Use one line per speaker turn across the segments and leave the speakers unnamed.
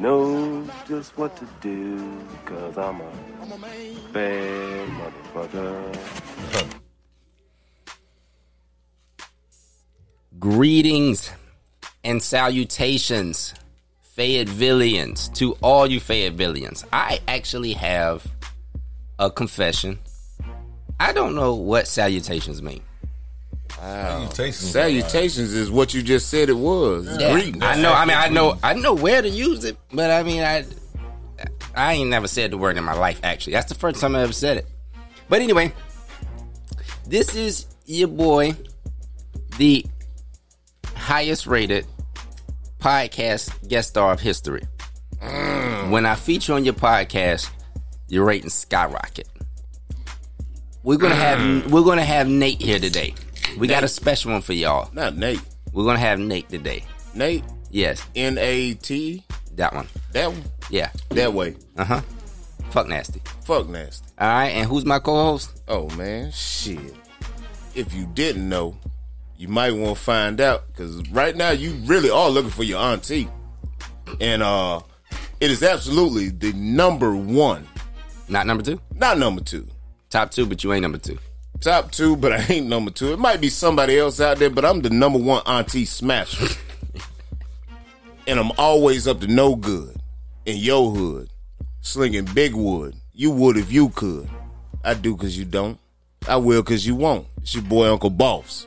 knows just what to do, cause I'm a bad motherfucker.
Greetings and salutations, Fayettevillians, to all you Fayettevillians. I actually have a confession. I don't know what salutations mean.
Salutations.
Salutations is what you just said it was. It's
Yeah,
Greetings.
I know. I mean, I know. I know where to use it, but I mean, I I ain't never said the word in my life. Actually, that's the first time I ever said it. But anyway, this is your boy, the highest rated podcast guest star of history. When I feature on your podcast, your ratings skyrocket. We're gonna have we're gonna have Nate here today. We got a special one for y'all.
Not Nate.
We're gonna have Nate today.
Nate.
Yes,
N A T.
that one.
That one.
Yeah.
That way.
Uh huh. Fuck nasty.
Fuck nasty.
All right. And who's my co-host?
Oh man, shit. If you didn't know, you might want to find out because right now you really are looking for your auntie, and uh, it is absolutely the number one,
Not number two.
not number two.
Top two, but you ain't number two.
Top two, but I ain't number two. It might be somebody else out there, but I'm the number one auntie smasher. and I'm always up to no good in your hood, slinging big wood. You would if you could. I do because you don't. I will because you won't. It's your boy Uncle Boss.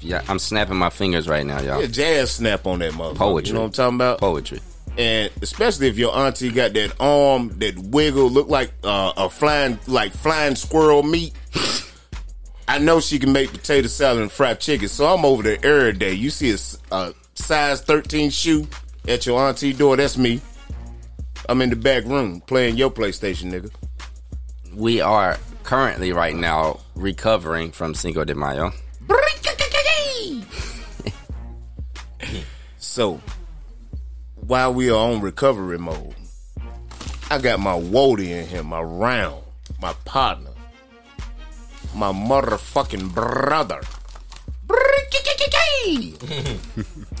Yeah, I'm snapping my fingers right now, y'all.
Yeah, jazz snap on that motherfucker.
Poetry.
You know what I'm talking about?
Poetry.
and especially if your auntie got that arm that wiggle, look like uh, a flying like flying squirrel meat. I know she can make potato salad and fried chicken, so I'm over there every day. You see a, s- a size 13 shoe at your auntie door? That's me. I'm in the back room playing your PlayStation, nigga.
We are currently right now recovering from Cinco de Mayo.
So, while we are on recovery mode, I got my Wody in here, my round, my partner, my motherfucking brother.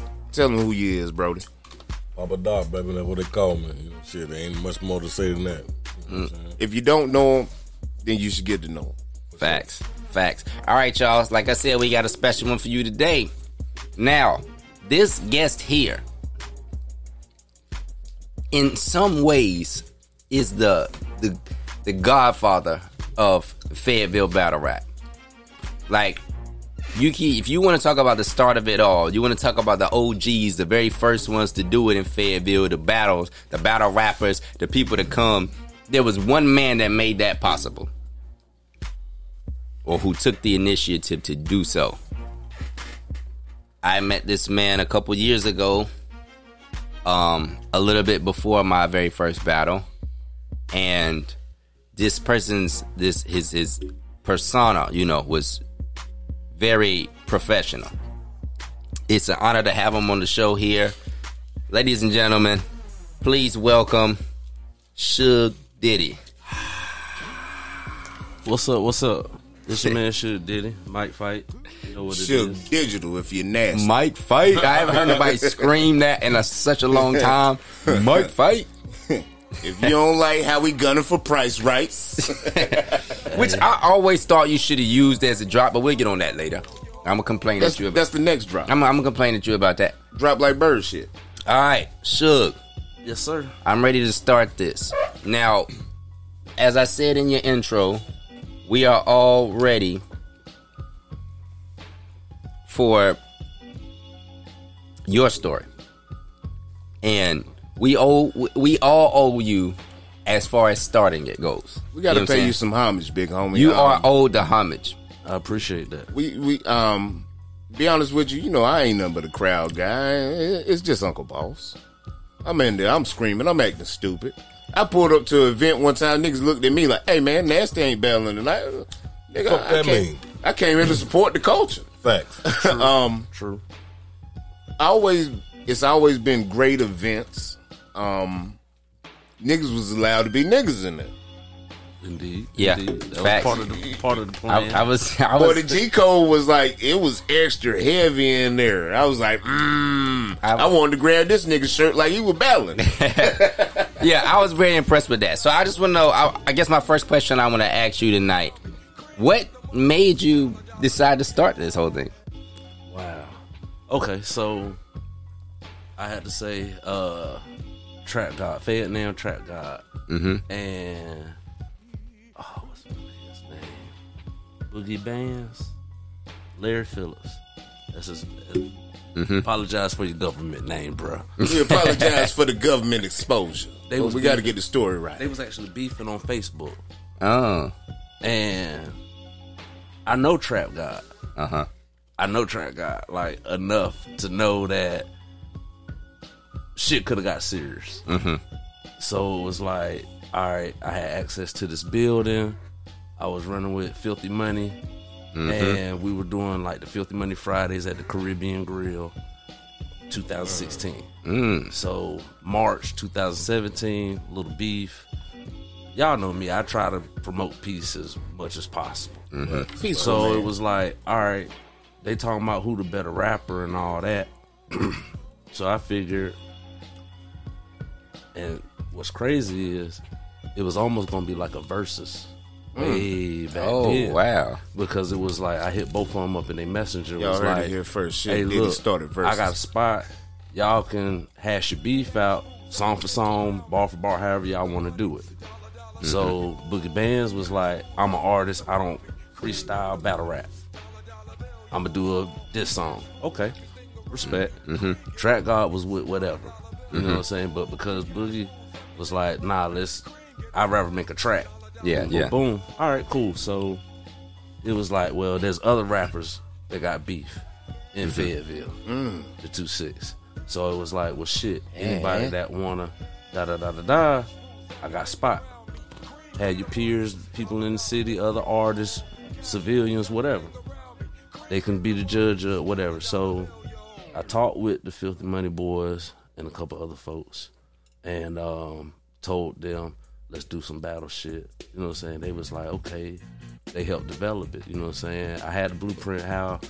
Tell him who you is, Brody.
Papa Doc, baby, that's what they call me. You know, shit, there ain't much more to say than that. You know what I'm saying?
If you don't know him, then you should get to know him.
Facts. Facts. All right, y'all. Like I said, we got a special one for you today. Now, this guest here, in some ways, is the the the godfather of Fayetteville battle rap. Like, you can, if you want to talk about the start of it all, you want to talk about the OGs, the very first ones to do it in Fayetteville, the battles, the battle rappers, the people to come. There was one man that made that possible or who took the initiative to do so. I met this man a couple years ago, um, a little bit before my very first battle, and this person's this his his persona, you know, was very professional. It's an honor to have him on the show here, ladies and gentlemen. Please welcome Suge Diddy.
What's up? What's up? This your man Suge Diddy, Mike Fight. You know what it
Should
is.
digital if you're nasty.
Mike fight. I haven't heard nobody scream that in a, such a long time. Mike fight.
if you don't like how we gunning for price rights,
Which I always thought you should have used as a drop, but we'll get on that later. I'm gonna complain
that's,
at you about.
that's the next drop.
I'm, I'm gonna complain at you about that.
drop like bird shit.
All right, Suge,
Yes, sir.
I'm ready to start this now. As I said in your intro, we are all ready for your story, and we owe we all owe you as far as starting it goes.
We got
You know what
to
I'm
pay
saying?
you some homage, big homie.
You
Um,
are owed the homage.
I appreciate that.
we we um be honest with you, you know I ain't nothing but a crowd guy. It's just Uncle Boss. I'm in there, I'm screaming, I'm acting stupid. I pulled up to an event one time, niggas looked at me like, "Hey man, nasty ain't battling tonight." Nigga,
Fuck
I,
that
came,
mean.
I came in to support the culture.
Facts.
um,
True.
I always it's always been great events. Um, niggas was allowed to be niggas in it.
Indeed.
Yeah,
Indeed. That
facts.
was part of the part of the
I,
plan.
I was, I
But the
was,
G code was like it was extra heavy in there. I was like, mm, I,
I-
wanted to grab this nigga's shirt like he was battling.
yeah, I was very impressed with that. So I just want to know. I, I guess my first question I want to ask you tonight: What made you decide to start this whole thing?
Wow. Okay, so I had to say, uh, Trap God, Fed now, Trap God, mm-hmm. and oh, what's my man's name? Boogie Bands, Larry Phillips. That's his. Apologize for your government name, bro.
we apologize for the government exposure.
They
but
was
we got to
beefing.
get the story
they
right.
was actually beefing on Facebook,
Oh,
and I know Trap God.
uh huh.
I know Trent got like enough to know that shit could have got serious. Mm-hmm. So it was like, all right, I had access to this building. I was running with Filthy Money,
Mm-hmm.
and we were doing like the Filthy Money Fridays at the Caribbean Grill, 2016.
Mm.
So March 2017, little beef. Y'all know me. I try to promote peace as much as possible.
Mm-hmm.
So it was like, all right, they talking about who the better rapper and all that. so I figured, and what's crazy is, it was almost gonna be like a versus way back
Oh
then
wow.
because it was like I hit both of them up in a messenger.
Y'all
was
heard
like,
it here first. Shit,
Hey,
Diddy
look,
started versus.
I got a spot. Y'all can hash your beef out, song for song, bar for bar, however y'all want to do it.
Mm-hmm.
So Boogie Bands was like, I'm an artist. I don't freestyle battle rap. I'm gonna do a diss song. Okay, respect. Track God was with whatever. You
Mm-hmm.
know what I'm saying? But because Boogie was like, Nah, let's. I'd rather make a track.
Yeah,
Boom,
yeah.
Boom. All right, cool. So it was like, well, there's other rappers that got beef in
Mm-hmm.
Fayetteville,
Mm.
the two six. So it was like, well, shit. Anybody that wanna da da da da da, I got spot. Had your peers, people in the city, other artists, civilians, whatever. They can be the judge or whatever. So I talked with the Filthy Money Boys and a couple other folks and um, told them, let's do some battle shit. You know what I'm saying? They was like, okay. They helped develop it. You know what I'm saying? I had the blueprint how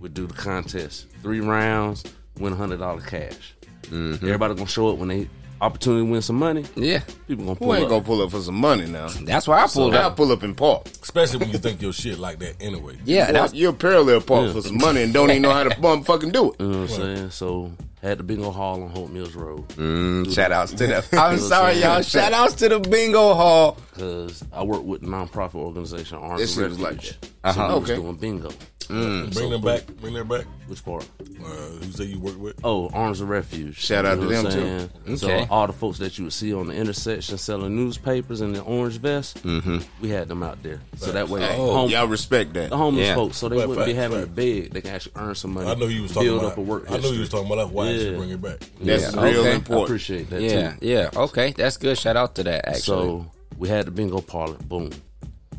we do the contest. Three rounds, win $100 cash.
Mm-hmm.
Everybody gonna show up when they opportunity to win some money.
Yeah,
People gonna pull
Who ain't
up.
gonna pull up for some money now?
that's why I
So
pulled
I'll
up.
pull up and park.
Especially when you think your shit like that anyway.
Yeah,
Well,
that's
you're parallel park for some money and don't even know how to motherfucking do it.
You know what I'm saying? So had the bingo hall on Hope Mills Road
Mm.
Shout outs to the. I'm sorry,
saying?
y'all. Shout outs to the bingo hall.
because I work with the nonprofit organization Arms
This shit
and
was like
Refuge.
that.
So
Uh-huh.
we was
Okay.
doing bingo.
Mm. Bring them back. Bring them back.
Which part?
Uh, who say you work with?
Oh, Arms of Refuge.
Shout out to
what
them,
I'm
too.
saying?
Okay.
So all the folks that you would see on the intersection selling newspapers in the orange vest, mm-hmm. we had them out there. So that way,
Hey,
home,
y'all respect that.
the homeless
Yeah.
folks, so they
Right,
wouldn't be
Oh, facts,
having to
facts.
beg. They can actually earn some money.
I know you was talking
build
about.
up a work.
I know you was
history.
talking about. That's why I should
Yeah.
bring it back.
That's
Yeah,
real
okay.
I
important.
appreciate that
Yeah,
too.
yeah. Okay, that's good. Shout out to that. Actually,
So we had the bingo parlor. Boom.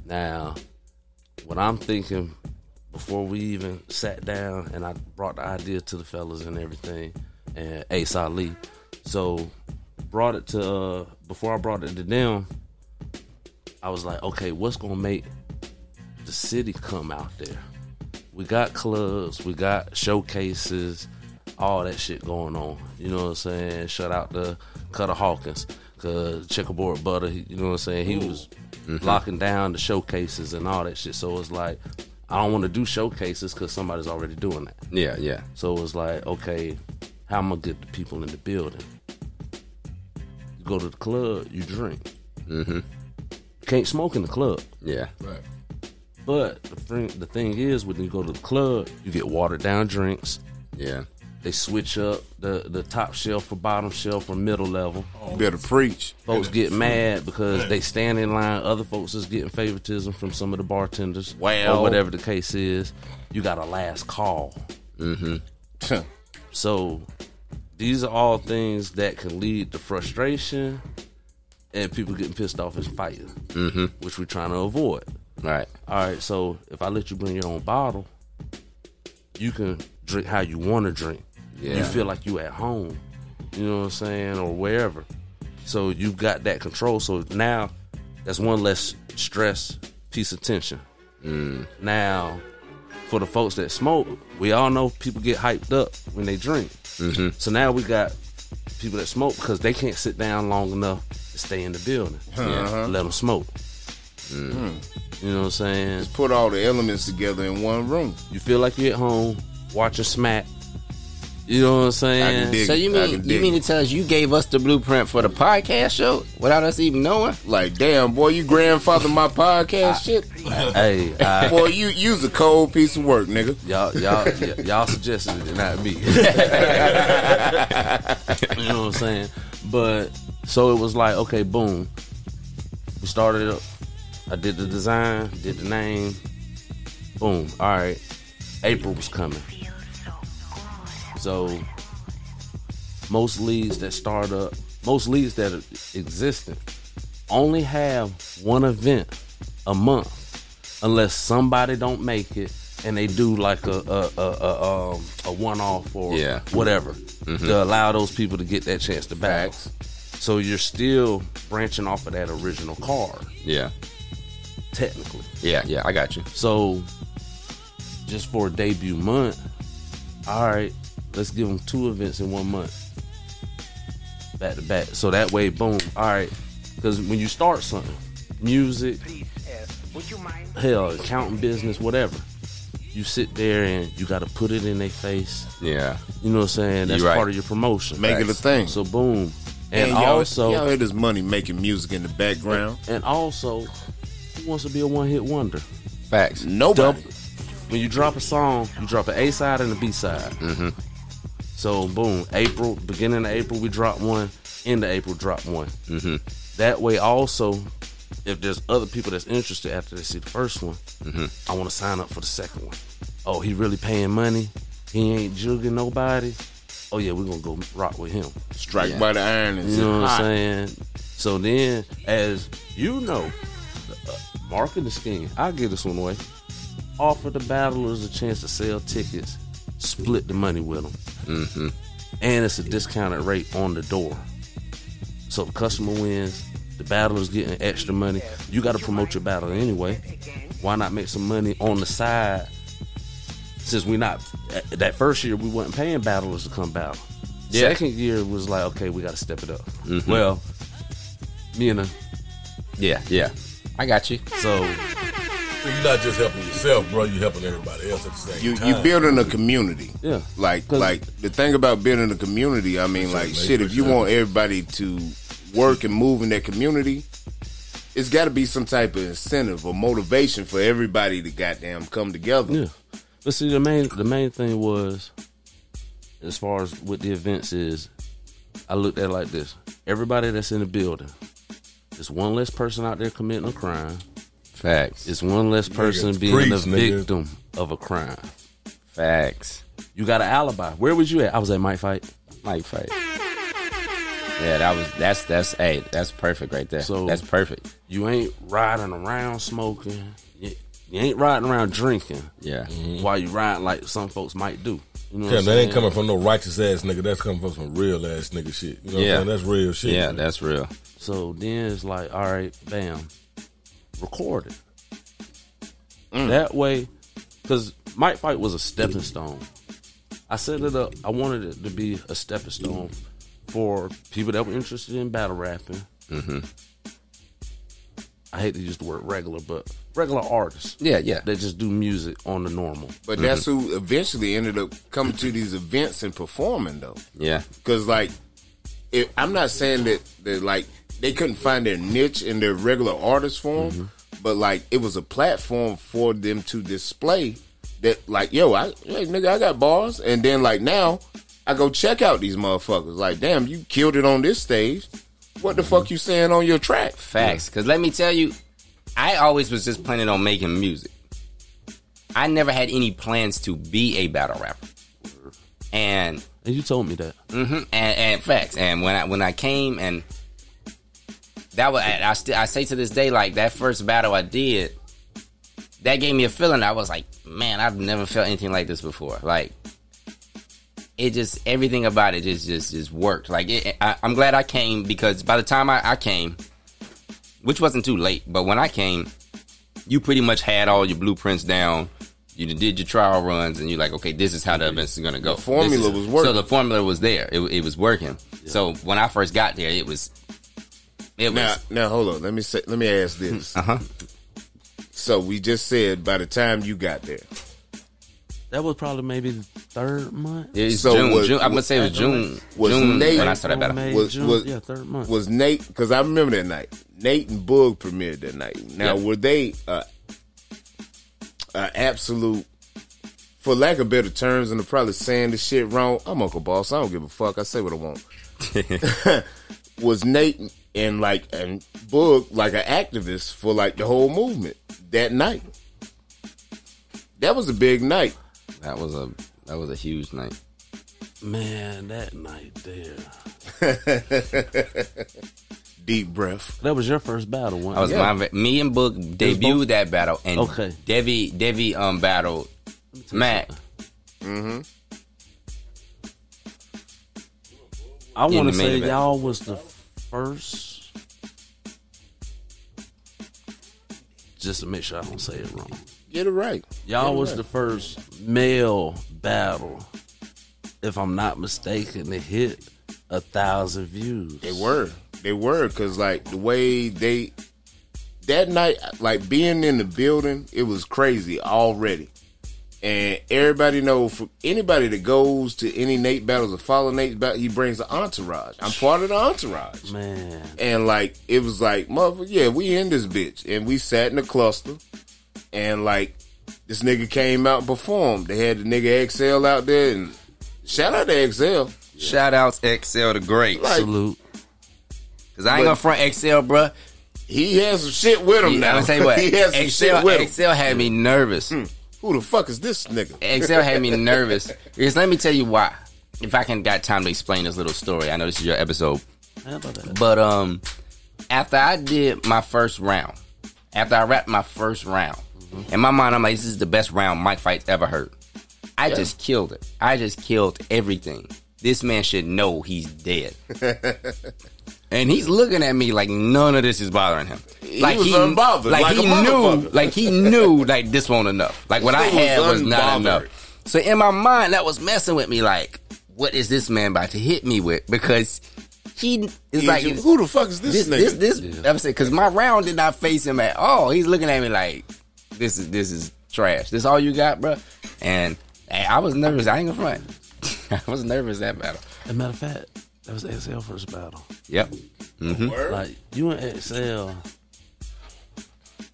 Now, what I'm thinking before we even sat down and I brought the idea to the fellas and everything and Ace Ali. So brought it to uh, before I brought it to them. I was like, okay, what's gonna make the city come out there? We got clubs, we got showcases, all that shit going on. You know what I'm saying? Shout out to Cutter Hawkins, cause Checkerboard Butter, he- you know what I'm saying? He was locking down the showcases and all that shit. So it's like, I don't want to do showcases because somebody's already doing that.
yeah, yeah.
So it was like, okay, how am I get the people in the building? You go to the club, you drink. Mm-hmm. You can't smoke in the club.
Yeah.
Right.
But the thing, the thing is, when you go to the club, you get watered down drinks.
Yeah.
They switch up the, the top shelf for bottom shelf or middle level.
Better preach.
Folks get mad because they stand in line. Other folks is getting favoritism from some of the bartenders.
Well.
or whatever the case is, you got a last call. So these are all things that can lead to frustration and people getting pissed off and fighting, mm-hmm. which we're trying to avoid.
Right.
All right, so if I let you bring your own bottle, you can drink how you want to drink.
Yeah.
You feel like you at home, you know what I'm saying, or wherever. So you've got that control. So now That's one less stress, piece of tension. Now, for the folks that smoke, we all know people get hyped up when they drink. So now we got people that smoke because they can't sit down long enough to stay in the building. Let them smoke. You know what I'm saying?
Put all the elements together in one room.
You feel like you're at home, watching smack. You know what I'm saying?
I can dig
So
it.
you
I
mean
can
you
dig
mean
it.
to tell us you gave us the blueprint for the podcast show without us even knowing?
Like, damn, boy, you grandfather my podcast shit.
Hey, I,
Boy, you use a cold piece of work, nigga.
y'all, y'all, y- y'all suggested it, not me. you know what I'm saying? But so it was like, okay, boom. We started it up. I did the design, did the name. Boom. All right. April was coming. So most leads that start up, most leads that are existing, only have one event a month, unless somebody don't make it and they do like a a a, a, um, a one off or
Yeah.
whatever to allow those people to get that chance to back. So you're still branching off of that original card,
Yeah.
technically.
Yeah, yeah, I got you.
So, just for a debut month, all right, let's give them two events in one month, back to back. So that way, boom, all right. Because when you start something, music, hell, accounting business, whatever, you sit there and you got to put it in their face.
Yeah.
You know what I'm saying? That's
You right.
part of your promotion.
Make it a thing.
So boom,
And
and,
y'all,
also,
y'all hear this money making music in the background.
and also, who wants to be a one hit wonder?
Facts.
Nobody.
Double- when you drop a song, you drop an A side and a B side. Mm-hmm. So boom, April, beginning of April, we drop one. End of April, drop one. Mm-hmm. That way, also, if there's other people that's interested after they see the first one, I want to sign up for the second one. Oh, he really paying money? He ain't jugging nobody. Oh yeah, we're gonna go rock with him.
Strike
Yeah.
by the iron and
You know what
hot.
I'm saying? So then, as you know, uh, marketing scheme, I give this one away. Offer the battlers a chance to sell tickets, split the money with them. And it's a discounted rate on the door. So the customer wins, the battler's getting extra money. You got to promote your battle anyway. Why not make some money on the side? Since we not, at- that first year, we wasn't paying battlers to come battle.
Yeah.
Second year was like, okay, we got to step it up. Well, me and the,
Yeah, yeah. I got you.
so
So you're not just helping yourself, bro. You're helping everybody else at the same
You
time.
you building a community.
Yeah.
Like
'Cause-
like the thing about building a community, I mean like
mate,
shit, if you
appreciate
want everybody to work and move in that community, it's gotta be some type of incentive or motivation for everybody to goddamn come together.
Yeah, but see, the main the main thing was, as far as with the events is, I looked at it like this: everybody that's in the building, it's one less person out there committing a crime.
Facts.
It's one less person being
preach,
the
nigga.
victim of a crime.
Facts.
You got an alibi. Where was you at? I was at Mike Fight.
Mike fight. Yeah, that was that's that's hey, that's perfect right there.
So-
that's perfect.
You ain't riding around smoking. You, you ain't riding around drinking
Yeah.
while you riding like some folks might do. You know what
Yeah,
I'm
that
saying?
ain't coming from no righteous ass nigga. That's coming from some real ass nigga shit. You
Yeah.
know what I'm saying? That's real shit.
Yeah,
man.
that's real.
So then it's like, all right, bam, record it.
Mm.
That way, because Mike Fight was a stepping stone. I set it up. I wanted it to be a stepping stone for people that were interested in battle rapping. Mm-hmm. I hate to use the word regular, but regular artists
Yeah, yeah.
that just do music on the normal.
But that's
Mm-hmm.
who eventually ended up coming to these events and performing though.
Yeah.
Because like, it, I'm not saying that that like they couldn't find their niche in their regular artist form, but like it was a platform for them to display that like, yo, I hey, nigga, I got bars, and then like now I go check out these motherfuckers. Like, damn, you killed it on this stage. What the fuck you saying on your track?
Facts. Because let me tell you, I always was just planning on making music. I never had any plans to be a battle rapper. And
And you told me that.
hmm and, and facts. And when I when I came and that was I still I say to this day like that first battle I did, that gave me a feeling. I was like, man, I've never felt anything like this before. Like it just everything about it just just just worked. Like it, I, I'm glad I came because by the time I, I came, which wasn't too late. But when I came, you pretty much had all your blueprints down. You did your trial runs, and you're like, okay, this is how the events is gonna go.
formula
This is-
was working.
So the formula was there. It, it was working. So when I first got there, it was. It was.
Now, now hold on. Let me say. Let me ask this.
uh huh.
So we just said by the time you got there,
That was probably maybe the third month.
It's
So
June.
was-
June. I'm gonna say it was
was-
June.
was
June
Nate-
when I started battle.
May,
Was-
June.
was-
yeah, third month.
was Nate? Because I remember that night. Nate and Boog premiered that night. Now
Yep.
were they uh, uh, absolute? For lack of better terms, and they're probably saying the shit wrong. I'm Uncle Boss. I don't give a fuck. I say what I want. was Nate and like and Boog like an activist for like the whole movement that night? That was a big night.
That was a that was a huge night.
Man, that night there.
Deep breath.
That was your first battle. One.
I was
Yeah.
my my me and Book debuted that battle, and
Okay.
Devi Devi um battled Mac.
I
in
want
the
to
main
say
event.
y'all was the first. Just to make sure I don't say it wrong,
Get it right.
y'all was the first male battle, if I'm not mistaken, to hit a thousand views.
They were. They were because like the way they that night, like being in the building, it was crazy already. And everybody know for anybody that goes to any Nate battles or follow Nate battle, he brings the entourage. I'm part of the entourage.
man.
And like it was like, mother, yeah, we in this bitch. And we sat in a cluster. And like this nigga came out and performed. They had the nigga XL out there and shout out to XL.
Shout outs XL the Great.
Like
Salute.
Cause I ain't gonna front XL, bruh.
He has some shit with him now.
Yeah, I'm gonna tell you what,
he has some shit with
XL,
him.
XL had me nervous.
Who the fuck is this nigga?
XL had me nervous. Because let me tell you why. If I can got time to explain this little story, I know this is your episode.
How about that?
But um, after I did my first round, after I wrapped my first round,
Mm-hmm.
in my mind I'm like, this is the best round Mike Fight's ever heard. I just killed it. I just killed everything. This man should know he's dead. and he's looking at me like none of this is bothering him. Like
was unbothered, like a
knew,
motherfucker.
like he knew, like this won't enough. Like what I
This nigga
had
was
was not
unbothered.
enough. So in my mind, that was messing with me. Like, what is this man about to hit me with? Because he is
He
like,
just- who the fuck is this,
this,
nigga?
this, this, I'm saying because my round did not face him at all. He's looking at me like, this is this is trash. This all you got, bro? And hey, I was nervous. I ain't gonna front. I was nervous that battle.
As a matter of fact, that was XL first battle.
Yep.
Like you and XL,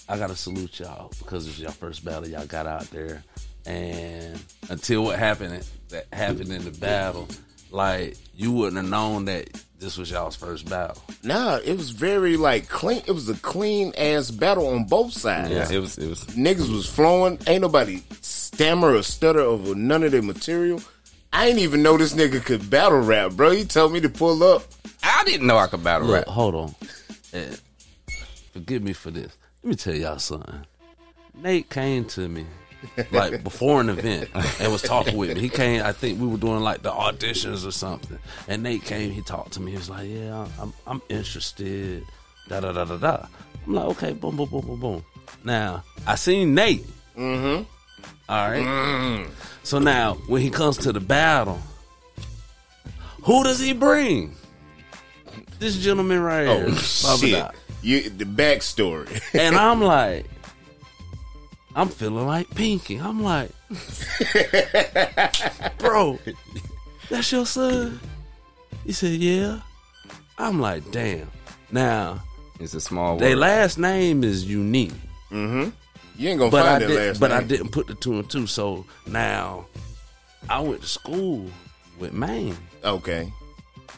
I gotta salute y'all because it was y'all first battle. Y'all got out there, and until what happened that happened in the battle, like you wouldn't have known that this was y'all's first battle.
nah, it was very like clean. It was a clean ass battle on both sides.
Yeah. It was. It was.
Niggas was flowing. Ain't nobody stammer or stutter over none of their material. I ain't even know this nigga could battle rap, bro. He told me to pull up.
I didn't know I could battle
Look,
rap.
hold on. Eh, forgive me for this. Let me tell y'all something. Nate came to me like before an event and was talking with me. He came. I think we were doing like the auditions or something. And Nate came. He talked to me. He was like, "Yeah, I'm I'm interested." Da da da da da. I'm like, okay, boom, boom, boom, boom, boom. Now I seen Nate. Mm-hmm. All right.
Mm.
So now when he comes to the battle, who does he bring? This gentleman right here.
Oh
Blah, blah,
shit!
blah.
You the backstory.
And I'm like, I'm feeling like Pinky. I'm like, bro, that's your son? He said, yeah. I'm like, damn. Now,
It's a small
their
world.
last name is unique,
you ain't gonna
but I
find that
did,
last
but I
name.
didn't put the two and two. So now, I went to school with Maine.
Okay,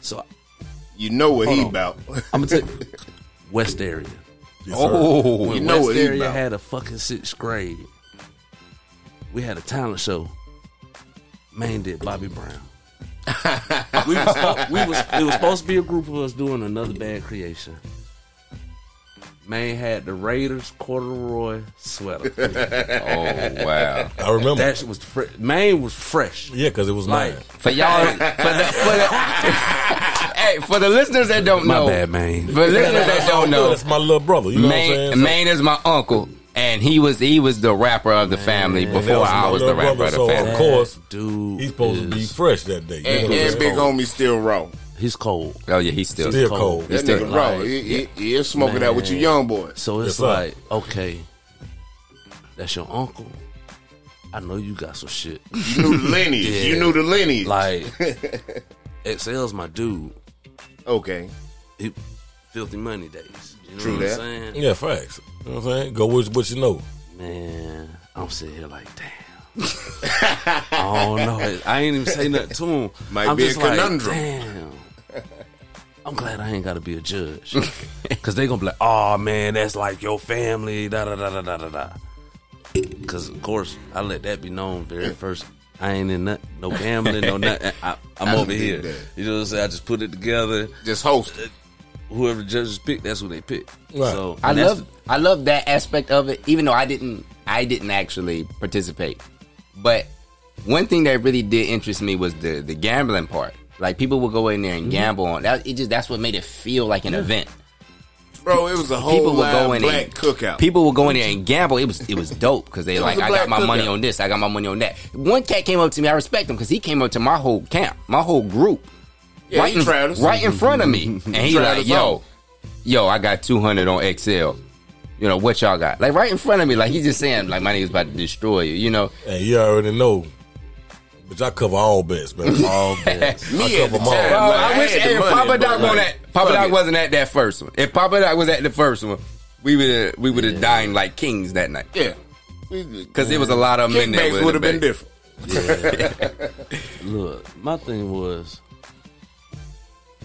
So
you know what he
Hold on.
about.
I'm gonna tell you, West area.
Yes, sir.
oh,
You know
West
what he
area
about.
had a fucking sixth grade. We had a talent show. Man did Bobby Brown. we was, spo- we was it was supposed to be a group of us doing another band creation. Man had the Raiders corduroy sweater.
oh wow!
I remember.
that shit was fre- Maine was fresh.
yeah, because it was
Like
mine.
For y'all, for the, for the, hey, for the listeners that don't
My
know,
bad, Maine.
for listeners that don't know,
That's my little brother. You know what I'm
Maine,
saying?
Maine is my uncle, and he was he was the rapper of the family
That
before I
my
was the
little
rapper of the
so
family.
Of course,
Dude,
he's supposed to be
is-
fresh that day.
And-
You know
Yeah,
what
big
I'm saying?
homie still raw.
He's cold.
Oh yeah, he's still.
Still cold.
That
still
nigga raw.
alive.
He, he, he is smoking out with you
Man.
young boys.
So it's
Yes, sir.
like, okay, that's your uncle. I know you got some shit.
You knew the lineage.
Yeah.
You knew the lineage.
Like, XL's my dude.
okay.
He, filthy money days. You know
True
what
that.
I'm saying?
Yeah, facts. You know what I'm saying? Go with what you know.
Man, I'm sitting here like, damn. I don't know. I ain't even say nothing to him.
Might
I'm
be a
just
conundrum.
Like, damn. I'm glad I ain't got to be a judge. Because they going to be like, oh, man, that's like your family, da da da da da da da. Because, of course, I let that be known very first. I ain't in nothing, no gambling, no nothing. I, I'm
I
over
did
here.
that.
You know what I'm saying? I just put it together.
Just host it.
Whoever the judges pick, that's who they pick.
Right.
So,
I
and that's-
love I love that aspect of it, even though I didn't I didn't actually participate. But one thing that really did interest me was the the gambling part. Like people would go in there and gamble on that. It just that's what made it feel like an event.
Bro, it was a whole
People would
live
go in
black
and
cookout.
People would go in there and gamble. It was it was dope because they
was
like
a
I
black
got my money
cookout.
on this, I got my money on that. One cat came up to me. I respect him because he came up to my whole camp, my whole group.
yeah,
right,
he
in,
tried us.
right in front of me. And he
Tried
like,
us
yo,
out.
yo, I got 200 on XL. You know, what y'all got? Like, right in front of me. Like, he's just saying, like, my nigga's about to destroy you, you know?
And you already know. But I cover all bets, man. All bets.
Me
I
at the
cover them all.
time.
Bro,
Like,
I
Oh, I
wish
had the
if
money,
Papa
but,
Doc on
like,
that. Papa
fuck
Doc
it.
wasn't at that first one. If Papa Doc was at the first one, we would we would have dined like kings that night.
Yeah.
Because there was a lot of men that
Kickbacks would have been different.
Look, my thing was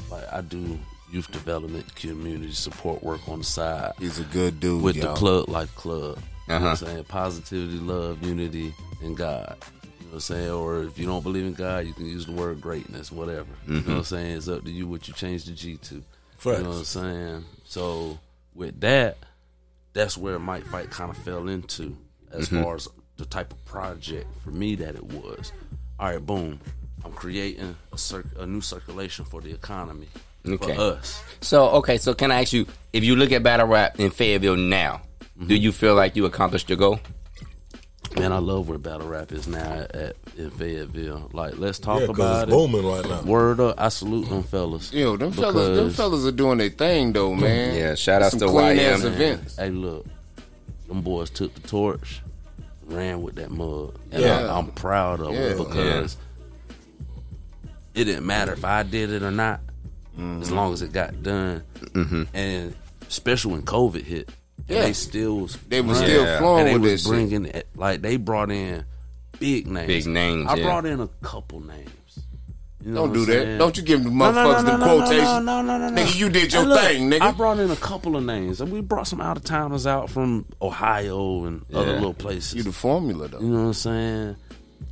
like I do youth development, community support work on the side
He's a good dude,
with
y'all.
the Plug Life Club. You know what
Uh-huh.
I'm saying? Positivity, love, unity, and God. You know what I'm saying? Or if you don't believe in God, you can use the word greatness, whatever. You know what I'm saying? It's up to you what you change the G to. You
Facts.
know what I'm saying? So with that, that's where Mike Fight kind of fell into as far as the type of project for me that it was. All right, boom. I'm creating a, cir- a new circulation for the economy
Okay.
for us.
So, okay, so can I ask you, if you look at battle rap in Fayetteville now, do you feel like you accomplished your goal?
Man, I love where battle rap is now at in Fayetteville. Like, let's talk
Yeah, because
about
it's
it.
booming right now.
Word up! I salute them fellas.
Yo, them fellas, them
because-
fellas are doing their thing though, man.
Yeah, shout outs
Some
to
clean ass
YM.
events.
Hey, look, them boys took the torch, ran with that mug, and
Yeah.
I, I'm proud of it
Yeah.
because it didn't matter if I did it or not,
Mm-hmm.
as long as it got done.
Mm-hmm.
And especially when COVID hit, and
Yeah.
they still was
They was
running.
still flowing
and they
with
was
this shit.
bringing it- like they brought in big names,
Big names,
I
yeah.
brought in a couple names. You know
Don't
what
do
I'm
that.
saying?
Don't you give them
No, no,
motherfuckers the
no, no, no, no,
quotation.
No, no, no, no.
Nigga, you did your
And look,
thing, nigga.
I brought in a couple of names, and we brought some out of towners out from Ohio and other
Yeah.
little places.
You
You,
the formula though.
know what I'm saying?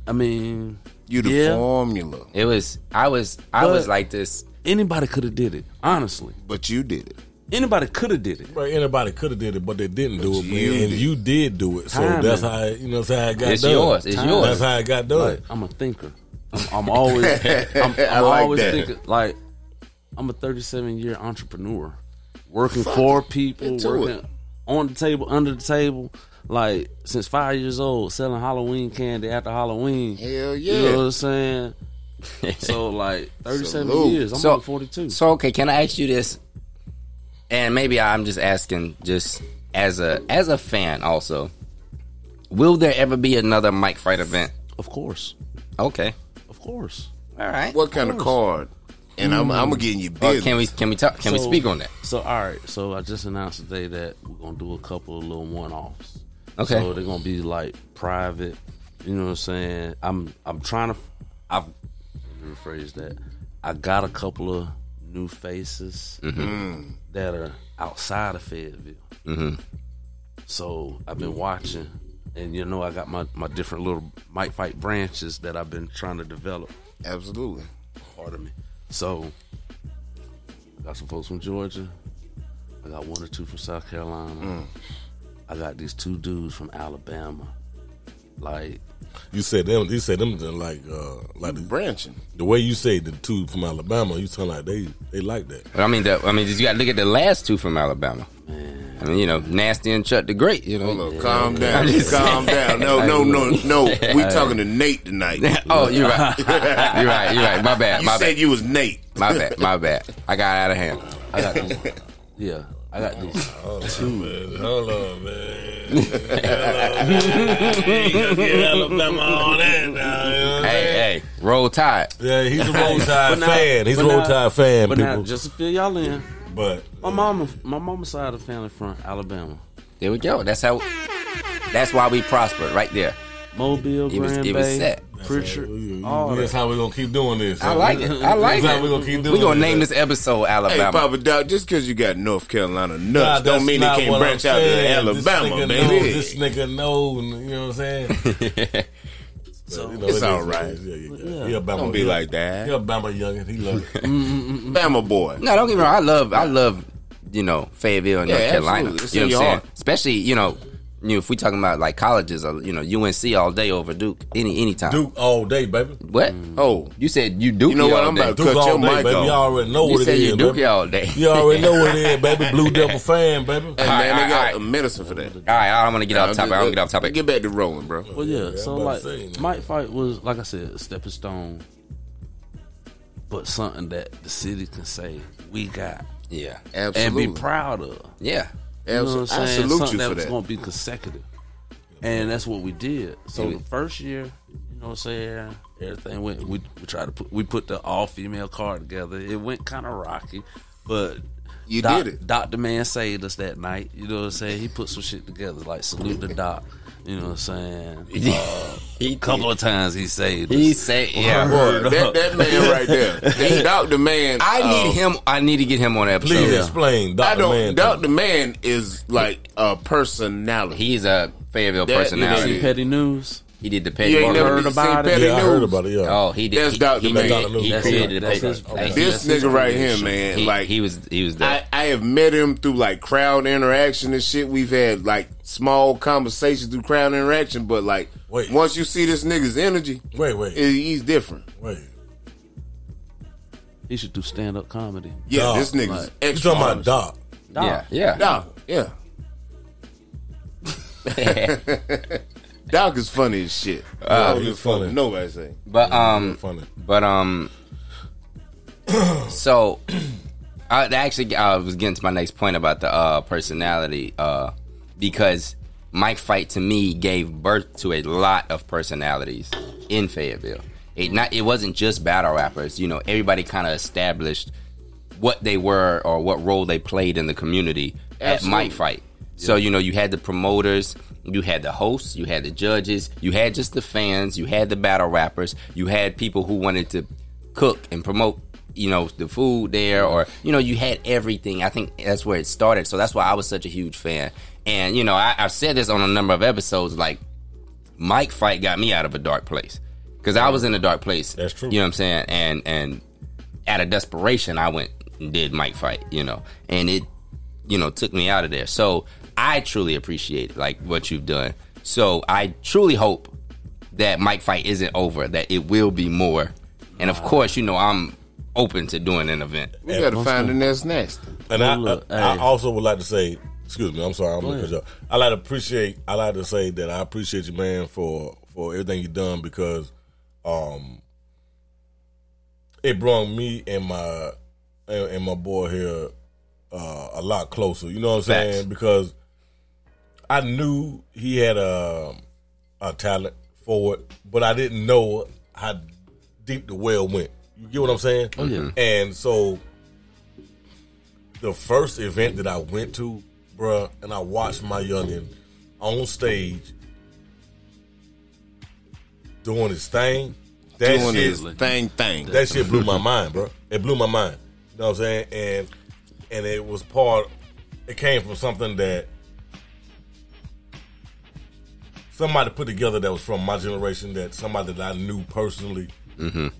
I mean,
You the
Yeah.
formula.
It was, I was, I
But-
was like this.
anybody could have did it. Honestly,
But you did it.
anybody could have did it.
Right, anybody could have did it, but they didn't do it.
you
man. and
did.
you did do it, so
Timing.
that's how it- you know that's how it got
It's
done.
yours. It's
Timing.
yours.
That's how it got done.
Like, I'm a thinker. I'm, I'm always. I'm,
I
I'm
like
always
that.
thinking. Like, I'm a 37 year entrepreneur, working for people,
Into
working
it.
on the table, under the table. Like since five years old, selling Halloween candy after Halloween.
Hell
You
yeah.
know what I'm saying? so like 37
Salute.
years. I'm
So-
only 42.
So okay, can I ask you this? And maybe I'm just asking, just as a as a fan, also, will there ever be another Mike Fight event?
of course,
Okay,
of course.
all right.
What kind of card? And I'm
Hmm.
I'm getting you
Or
big.
can we can we talk? Can we
So-
speak on that?
So all right. So I just announced today that we're gonna do a couple of little one offs.
Okay.
So they're gonna be like private. You know what I'm saying? I'm I'm trying to. I've let me rephrase that. I got a couple of new faces that are outside of Fayetteville. So I've been watching, and you know I got my my different little Mike Fight branches that I've been trying to develop.
Absolutely.
Pardon me. So, I got some folks from Georgia. I got Mm. one or two from South Carolina. I got these two dudes from Alabama. Like
You said them. You said them to like uh like the,
branching.
the way you say the two from Alabama. You sound like they they like that.
But I mean, the, I mean, you got to look at the last two from Alabama. I mean, you know, Nasty and Chuck the Great. You know,
Look, calm down,
I'm just
calm down. No, no, no, no. We talking to Nate tonight.
oh, you're right. you're right. You're right. My bad.
You
My
said
bad.
you was Nate.
My bad. My bad. I got out of hand.
I got these. yeah, I got these.
Hold on, man. Hold on, man. Get Alabama on that now. you know what I'm
Hey, hey,
saying?
roll tide.
Yeah, he's a roll tide
But now-
fan. He's a
but
roll
now-
tide fan,
But now,
people.
just to fill y'all in,
but
my mama, my mama's side of the family from Alabama,
There we go. That's how. That's why we prospered right there.
Mobile,
It was-
Grand
it was
Bay,
set.
Pritchard,
we-
all
that's
that.
how we're gonna keep doing this.
I like it. I like
that's
it.
How we gonna keep doing
We gonna
this.
name this episode
Hey,
Alabama.
Papa Doc, just because you got North Carolina nuts
Nah, that's
don't mean it
not
can't
what
branch
I'm
out to
saying. this
Alabama,
nigga Know,
baby.
this nigga know, you know what I'm saying?
So,
You know,
It's
it
all
is-
right.
Yeah, yeah, yeah. He a Bama
Don't be
youngin.
like that.
He a Bama youngin. He love it.
Bama boy. Oh,
No, don't get me wrong. I love, I love, you know, Fayetteville and
Yeah,
North Carolina.
absolutely. It's
You know
in
what I'm
your
saying?
heart.
Especially, you know, you know, if we talking about like colleges, or, you know, UNC all day over Duke any any time.
Duke all day, baby.
What?
Oh,
You said you Duke
You know what?
all
I'm
day.
about to-
Duke
Cut your
all day,
mic
baby.
off.
You already know
You
what it
said
is,
you Duke
baby.
all day.
You already know what it is, baby. Blue Devil fan, baby.
hey,
right,
man,
all
they got
right.
a medicine for that.
All right, I'm gonna get off topic. I'm gonna
Just-
get off topic.
Get back to rolling, bro.
well, yeah.
Yeah,
so
I'm about
like,
to say, man.
Mike fight was like I said, a stepping stone, but something that the city can say we got
Yeah,
Absolutely.
and be proud of.
yeah.
You know
Absolutely.
what I'm
I
saying?
salute
Something
you for
that was
that.
going to be consecutive. And that's what we did. So
Yeah, we-
the first year, you know what I'm saying, everything went we, we tried to put we put the all female card together. It went kind of rocky, but
You did it.
Dr. Man saved us that night. You know what I'm saying? He put some shit together like salute the doc. You know what I'm saying? Uh,
he
couple of times he saved
He
us.
said, "Yeah."
Word
That,
up.
that man right there. That Dr. Man.
I need
uh,
him. I need to get him on the episode.
Please explain,
I
Doctor Man.
don't. Dr. Man is like a personality.
He's a Fayetteville
That-
personality.
See Petty News.
he did the
You
petty.
ain't
Murder.
never
heard
seen
about it?
Petty
yeah, I heard
News.
about it. Yeah.
Oh, he did.
That's
he,
Dr.
he,
Man.
created- He
That's
created the
it. That's
petty.
his-
Like, he-
This nigga right here, man.
he,
like
he was. He was there.
I, I have met him through like crowd interaction and shit. We've had like small conversations through crowd interaction, but like
Wait.
once you see this nigga's energy,
Wait, wait,
he- he's different.
wait.
He should do stand up comedy.
Yeah,
Dog,
this nigga's
like,
You
extra.
talking about Doc?
Doc.
yeah, yeah.
Doc, yeah. Doc is funny as shit.
Uh,
Doc
he's
is funny.
funny.
Nobody say.
But um,
Funny.
but um, so I that actually I was getting to my next point about the uh, personality uh, because Mike Fight to me gave birth to a lot of personalities in Fayetteville. It not it wasn't just battle rappers. You know, everybody kind of established what they were or what role they played in the community at Mike
Absolutely.
Fight. So you know, you had the promoters, you had the hosts, you had the judges, you had just the fans, you had the battle rappers, you had people who wanted to cook and promote, you know, the food there, or you know, you had everything. I think that's where it started. So that's why I was such a huge fan. And you know, I, I've said this on a number of episodes, like Mike fight got me out of a dark place because I was in a dark place.
That's true.
You know what I'm saying? And and out of desperation, I went and did Mike fight. You know, and it you know took me out of there. So I truly appreciate like what you've done. So I truly hope that Mike fight isn't over. That it will be more. And of course, you know I'm open to doing an event.
We gotta find the next nasty.
And I,
Well, Oh, look,
I, I
hey.
also would like to say, excuse me, I'm sorry, I'm gonna
ahead.
cut you off. I like to appreciate, I like to say that I appreciate you, man, for for everything you done because, um, it brought me and my and, and my boy here uh, a lot closer. You know what I'm saying?
Facts.
Because I knew he had a a talent for it, but I didn't know how deep the well went. You get what I'm saying? Oh
yeah. Mhm.
And so the first event that I went to, bruh, and I watched my youngin on stage doing his thing. That
Doing
shit,
his thing thing.
that shit blew my mind, bro. It blew my mind. You know what I'm saying? And and it was part. It came from something that somebody put together that was from my generation. That somebody that I knew personally.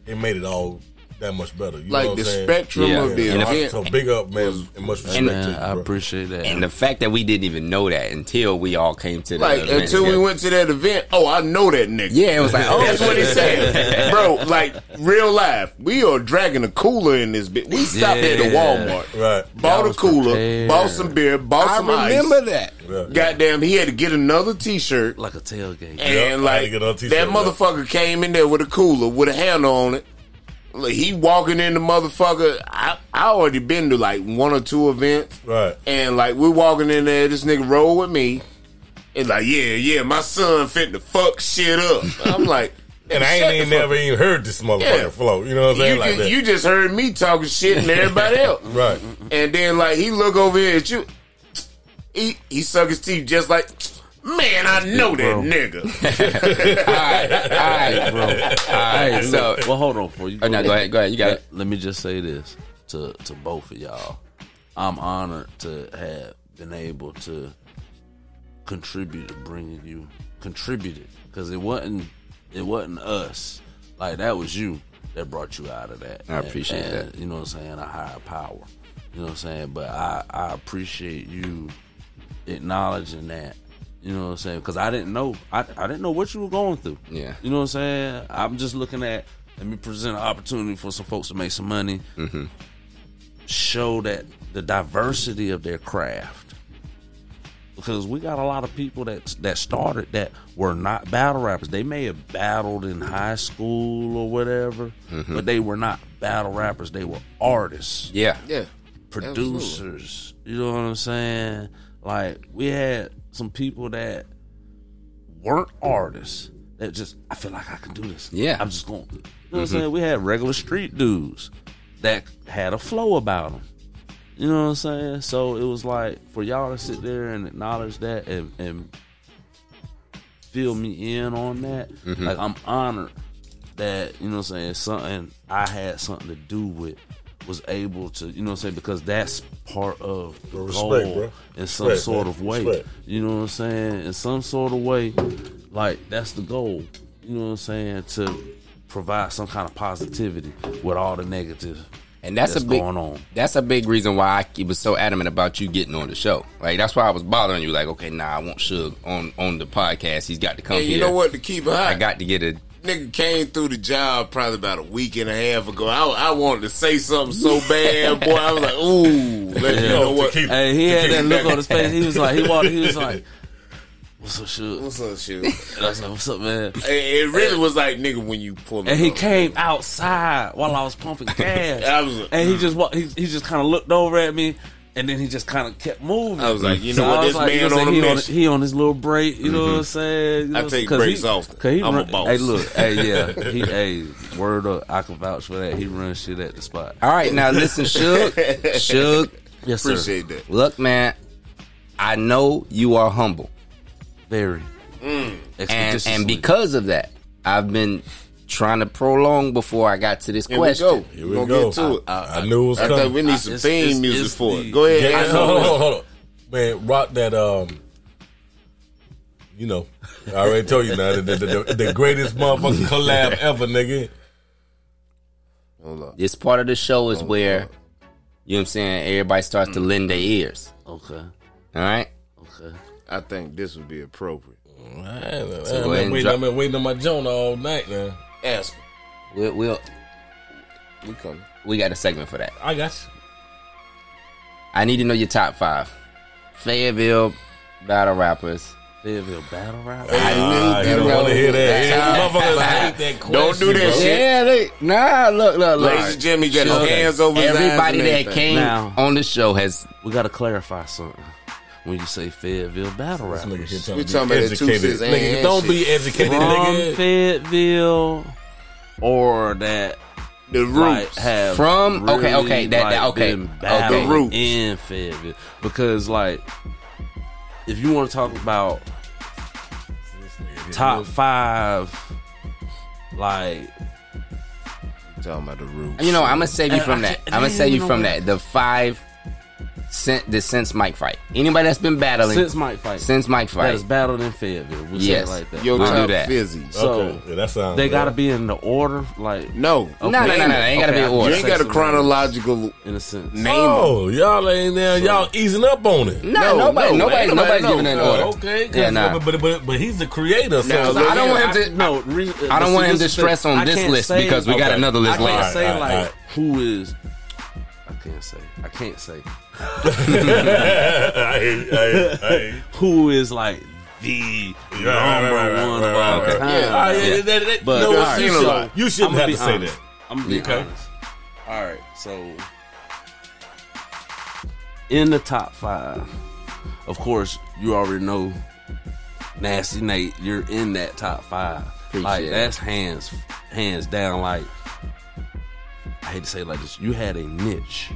It made it all that much better. You know
Mm-hmm. Like
what
the
I'm saying?
spectrum
Yeah.
of the
And if-
event.
So big up, man, and much respect
Man,
to you,
uh,
I
bro.
appreciate that.
And the fact that we didn't even know that until we all came to the
Like
event
until we
together.
went to that event, oh, I know that nigga.
Yeah, it was like, oh,
That's what he said, bro. Like real life, we are dragging a cooler in this bit. We stopped at the
Yeah.
Walmart,
Right.
bought a
was
cooler,
prepared.
bought some beer, bought
I
some
remember
ice.
that.
Yeah.
Goddamn, he had to get another T-shirt,
like a
and
tailgate.
Yeah, I had to
like
get another T-shirt,
that
yeah.
motherfucker came in there with a cooler with a handle on it. Like, he walking in the motherfucker. I I already been to like one or two events.
Right.
And like we're walking in there, this nigga roll with me. And like, yeah, yeah, my son fit the fuck shit up. I'm like,
And I
shut
ain't
the
even
fuck
never even heard this motherfucker
Yeah.
flow. You know what I'm saying?
you,
like
ju-
that.
you just heard me talking shit and everybody else.
right.
And then like he look over here at you. He he suck his teeth just like man, I know that
bro.
nigga.
All right, all right, bro. All right, so.
well, hold on for you.
Oh, no, go ahead, go ahead. You got it.
Let, let me just say this to to both of y'all. I'm honored to have been able to contribute to bringing you contributed because it wasn't it wasn't us like that was you that brought you out of that.
I appreciate
And- You know what I'm saying? A higher power. You know what I'm saying? But I I appreciate you acknowledging that. You know what I'm saying? Because I didn't know I, I didn't know what you were going through.
Yeah.
You know what I'm saying? I'm just looking at let me present an opportunity for some folks to make some money. Show that the diversity of their craft. Because we got a lot of people that that started that were not battle rappers. They may have battled in high school or whatever, but they were not battle rappers. They were artists
Yeah.
yeah.
producers. You know what I'm saying? Like we had some people that weren't artists that just I feel like I can do this.
Yeah.
I'm just going. to You know what I'm saying? We had regular street dudes that had a flow about them. You know what I'm saying? So it was like for y'all to sit there and acknowledge that and, and fill me in on that.
Mm-hmm.
Like I'm honored that, you know what I'm saying, something I had something to do with was able to, you know what I'm saying, because that's part of the
Well,
goal
respect, bro.
in some
Respect,
sort
man.
of way.
Respect.
You know what I'm saying? In some sort of way, like that's the goal. You know what I'm saying? To provide some kind of positivity with all the negative
And that's,
That's
a big
going on.
that's a big reason why I was so adamant about you getting on the show. Like that's why I was bothering you. Like, okay, nah, I want Suge on on the podcast. He's got to
Oh,
come
And
here.
you know what? To keep it
I
hot,
got to get a
nigga came through the job probably about a week and a half ago. I, I wanted to say something so bad, boy. I was like, ooh, let you know
Oh,
what.
tequila.
Hey, he had that look on his face. He was like, he walked. He was like, "What's up, Suge?"
What's up, shoot?
And I was like, "What's up, man?"
It, it really was like, nigga, when you pull it
And he
up.
came outside while I was pumping gas.
I was like, mm.
and he just walked, he, he just kind of looked over at me, and then he just kind of kept moving.
I was like, you know
So I
what,
was
this
like, you
man
know what
on a
I'm saying? he on,
mission. Mm-hmm.
he on his little break. You know what I'm saying? You know
I take
what saying? 'Cause
breaks often.
'cause
I'm a
run-
boss.
Hey, look, hey, yeah, he, hey, word up, I can vouch for that. He runs shit at the spot.
All right, now listen, Suge. Suge.
Yes, sir.
Appreciate that.
Look, man, I know you are humble.
Very.
Mm.
And
Expeditiously.
and because of that, I've been trying to prolong before I got to this
Here we
question.
go.
Here
we
we
gonna
go.
get to it. I,
I knew it was
think we
coming.
need
I-
some
it's-
theme
it's-
music
it's
for
the-
it. Go ahead.
Yeah,
Answer.
hold on, hold on, hold on. Man, rock that um you know, I already told you now the, the, the, the greatest motherfucking collab ever, nigga.
Hold on.
This part of the show
Oh,
is where you know what I'm saying, everybody starts
Mm.
to lend their ears.
okay,
All right?
okay.
I think this would be appropriate.
Man,
go
I've
ahead and
been waiting,
drop-
I've been waiting on my Jonah all night now.
Ask him.
We'll, we'll
We coming.
we got a segment for that.
I got you.
I need to know your top five Fayetteville battle rappers.
Fayetteville battle rap.
I Ah, don't want to hear that. Yeah, motherfuckers hate that question.
Don't do that
bro.
shit.
Yeah, they, nah, look, look, look.
Ladies and gentlemen, you got his
Okay.
hands over his eyes
Everybody
and
that
everything.
came
Now-
on the show has
We gotta clarify something. When you say Fayetteville battle
This nigga
rappers,
here trying
We
to
talking
be
about the two
educated.
cents and
Nigga,
and
don't
shit.
be educated,
from
nigga.
Fayetteville or that
The
like,
roots.
have
From- okay,
really,
okay, that- that-
like,
okay,
been
okay.
battling
The roots.
in Fayetteville because like if you want to talk about top five like
talking about the roots.
You know, I'm gonna save you
And
from
I
that.
can't-
I'm gonna
damn,
save you
you
from
know
that. The five since the since Mike fight. Anybody that's been battling
Since Mike fight.
since Mike
that
fight.
is battled in Fayetteville. We'll
Yes.
say it like that.
Your
Don't do
top
that.
fizzy.
so
Okay, yeah, that sounds
they
good.
gotta be in the order, like
No.
No,
Okay.
no, no, no, no, ain't gotta be
Okay,
an
I-
order.
You ain't got a
Sexism.
chronological
in a sense.
name.
Oh, y'all ain't there. Y'all easing up on it.
No, nobody,
no,
nobody,
ain't
nobody's
nobody
giving
know.
an
Oh,
order.
okay, 'cause-
yeah, nah.
but, but but but he's the creator. So
Now,
I don't want him
I-
to.
no, re- uh,
I don't
but
want
see,
him to
this the thing.
stress on
I
this
can't
list
say-
because we got
Okay.
another list
I can't
later.
Alright,
say
alright,
like
alright.
who is. I can't say. I can't say
I, I, I,
who is like the number
right, right, right,
one
right,
of all
right, right.
time.
Yeah.
I,
Yeah.
that, that,
But
no,
All
it's-
right,
you,
so-
should, you shouldn't
I'ma
have
be
to say
honest.
that.
I'm gonna be
Okay.
honest. All right, so in the top five, of course, you already know Nasty Nate. You're in that top five. like
Appreciate it.
that's hands hands down. Like I hate to say it like this, you had a niche.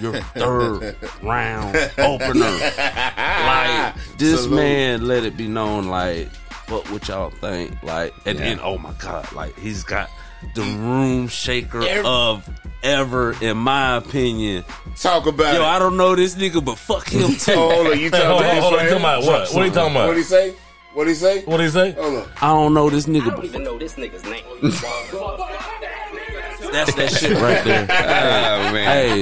Your third round opener. Like this
Salute.
man let it be known like fuck what y'all think. Like and then oh my god, like he's got the room shaker of ever, in my opinion.
Talk about
Yo,
it.
I don't know this nigga, but fuck him too.
Oh, hold on, you
Hey,
talking
hold on, hold on.
about
Talking
this right
about what? What are you talking
What he
about?
say? What he say?
What do you say?
Hold on.
I don't know this nigga, but
even know this nigga's name.
that's that shit right there.
Oh man,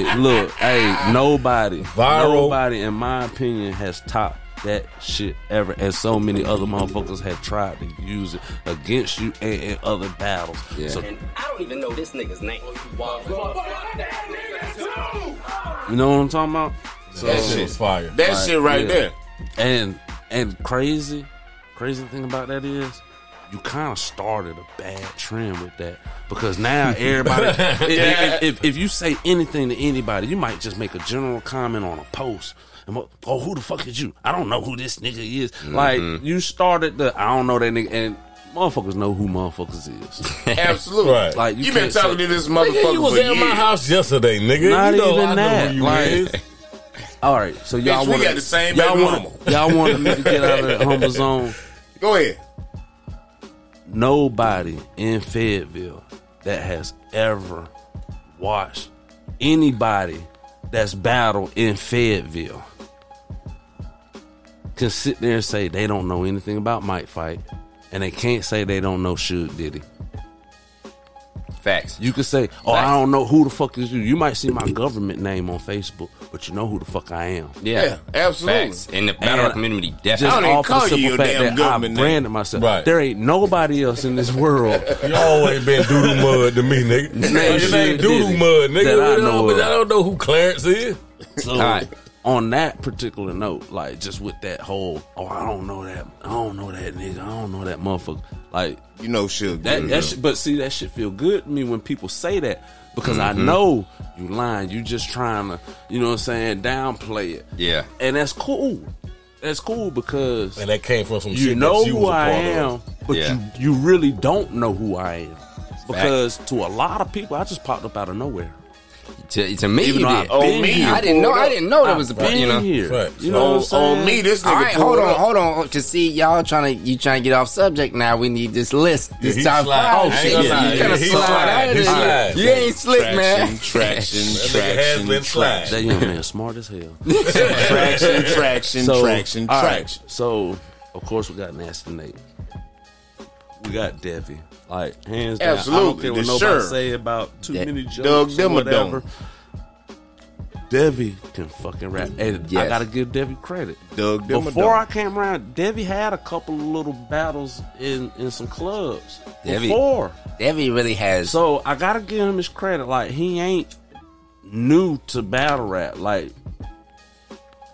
hey, look, hey, nobody,
Viral.
nobody, in my opinion, has topped that shit ever. And so many other motherfuckers have tried to use it against you and in other battles.
Yeah.
So
I don't even know this nigga's name.
you know what I'm talking about? So,
That shit was fire.
That shit right
yeah.
there.
And and crazy, crazy thing about that is you kind of started a bad trend with that because now everybody, if, if, if, if you say anything to anybody, you might just make a general comment on a post. And what, oh, who the fuck is you? I don't know who this nigga is.
Mm-hmm.
Like you started the I don't know that nigga and. Motherfuckers know who motherfuckers is.
Absolutely.
Right.
Like, you
you been
can't say-
talking to this
Nigga,
motherfucker
you was
for
at my
years.
house yesterday, nigga.
Not
you know
even
I know
that,
where you
like-
is.
All right, so
Bitch,
y'all
we
want
got the same
y'all
baby
want
mama.
y'all wanted me to get out of that humble zone.
Go ahead.
nobody in Fayetteville that has ever watched anybody that's battled in Fayetteville can sit there and say they don't know anything about Mike Fight, and they can't say they don't know Suge Diddy.
facts.
You could say, "Oh, I don't know who the fuck is you." You might see my government name on Facebook, but you know who the fuck I am.
Yeah,
Yeah, absolutely.
facts. In the battle
And
community,
Just
definitely.
don't even
off the
call you
simple
your
fact
damn
that
government
I
name.
branded myself.
Right.
There ain't nobody else in this world
You always been doodle mud to me, nigga.
Name
Your name
shit
doodle
did it.
mud, nigga.
That I
You
know
but
of.
I don't know who Clarence is.
So
Alright.
on that particular note, like just with that whole, oh, I don't know that, I don't know that nigga, I don't know that motherfucker. Like
You know, Suge.
that, that shit, but see, that shit feel good to me when people say that because I know you lying. You just trying to, you know what I'm saying, downplay it.
Yeah.
And that's cool. That's cool because
And that came from some
you
shit
know
that you
who
was a
I
part
am,
of.
but
Yeah.
you, you really don't know who I am. Because to a lot of people, I just popped up out of nowhere.
To, to me,
Even
you
though
did.
I've
Oh,
been
me,
here.
I didn't know. I didn't know Oh, that
I've
was a
been
you know.
here.
Right.
You know
on,
what I'm
on
saying?
me, this nigga.
All right,
pulled
hold on,
up.
hold on. To see y'all trying to you trying to get off subject now. We need this list. This
he
top
slide.
five.
Oh,
shit.
shit,
You
yeah,
kinda
he
slide
slide.
out of
He
this.
slide.
You ain't slick, man.
Traction,
That nigga has
traction,
been
traction,
slide.
That young man smart as hell.
traction, traction,
So,
traction,
all right.
traction.
So, of course, we got Nasty Nate. We got Devi. Like hands down, I don't
Absolutely,
care what
the
nobody
sheriff.
say about too
That-
many jokes
Doug
or
Dimmadome.
whatever. Devi can fucking rap, and I
Yes.
gotta give Devi credit.
Doug Dimmadome.
Before I came around, Devi had a couple of little battles in in some clubs.
Devi-
Before,
Debbie really has.
so I gotta give him his credit. Like he ain't new to battle rap. Like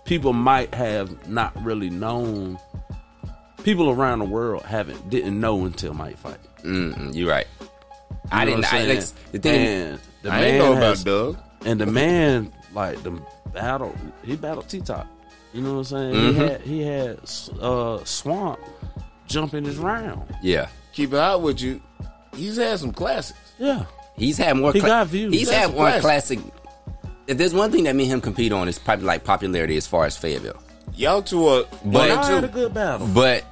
people might have not really known. People around the world haven't didn't know until Mike fight. You
Mm, you right.
know
I didn't.
what
I,
I'm
like,
saying?
the thing.
And the
I
man
ain't know
has-
about Doug.
and the man like the battle. He battled T Top. You know what I'm saying? He had he had uh, Swamp jumping his round.
Yeah.
Keep it out with you. He's had some classics.
Yeah,
He's had more.
He got views.
He's
That's
had one classic. If there's one thing that me and him compete on, it's probably like popularity as far as Fayetteville.
Y'all two are
but
one
I had a
and two.
good battle.
But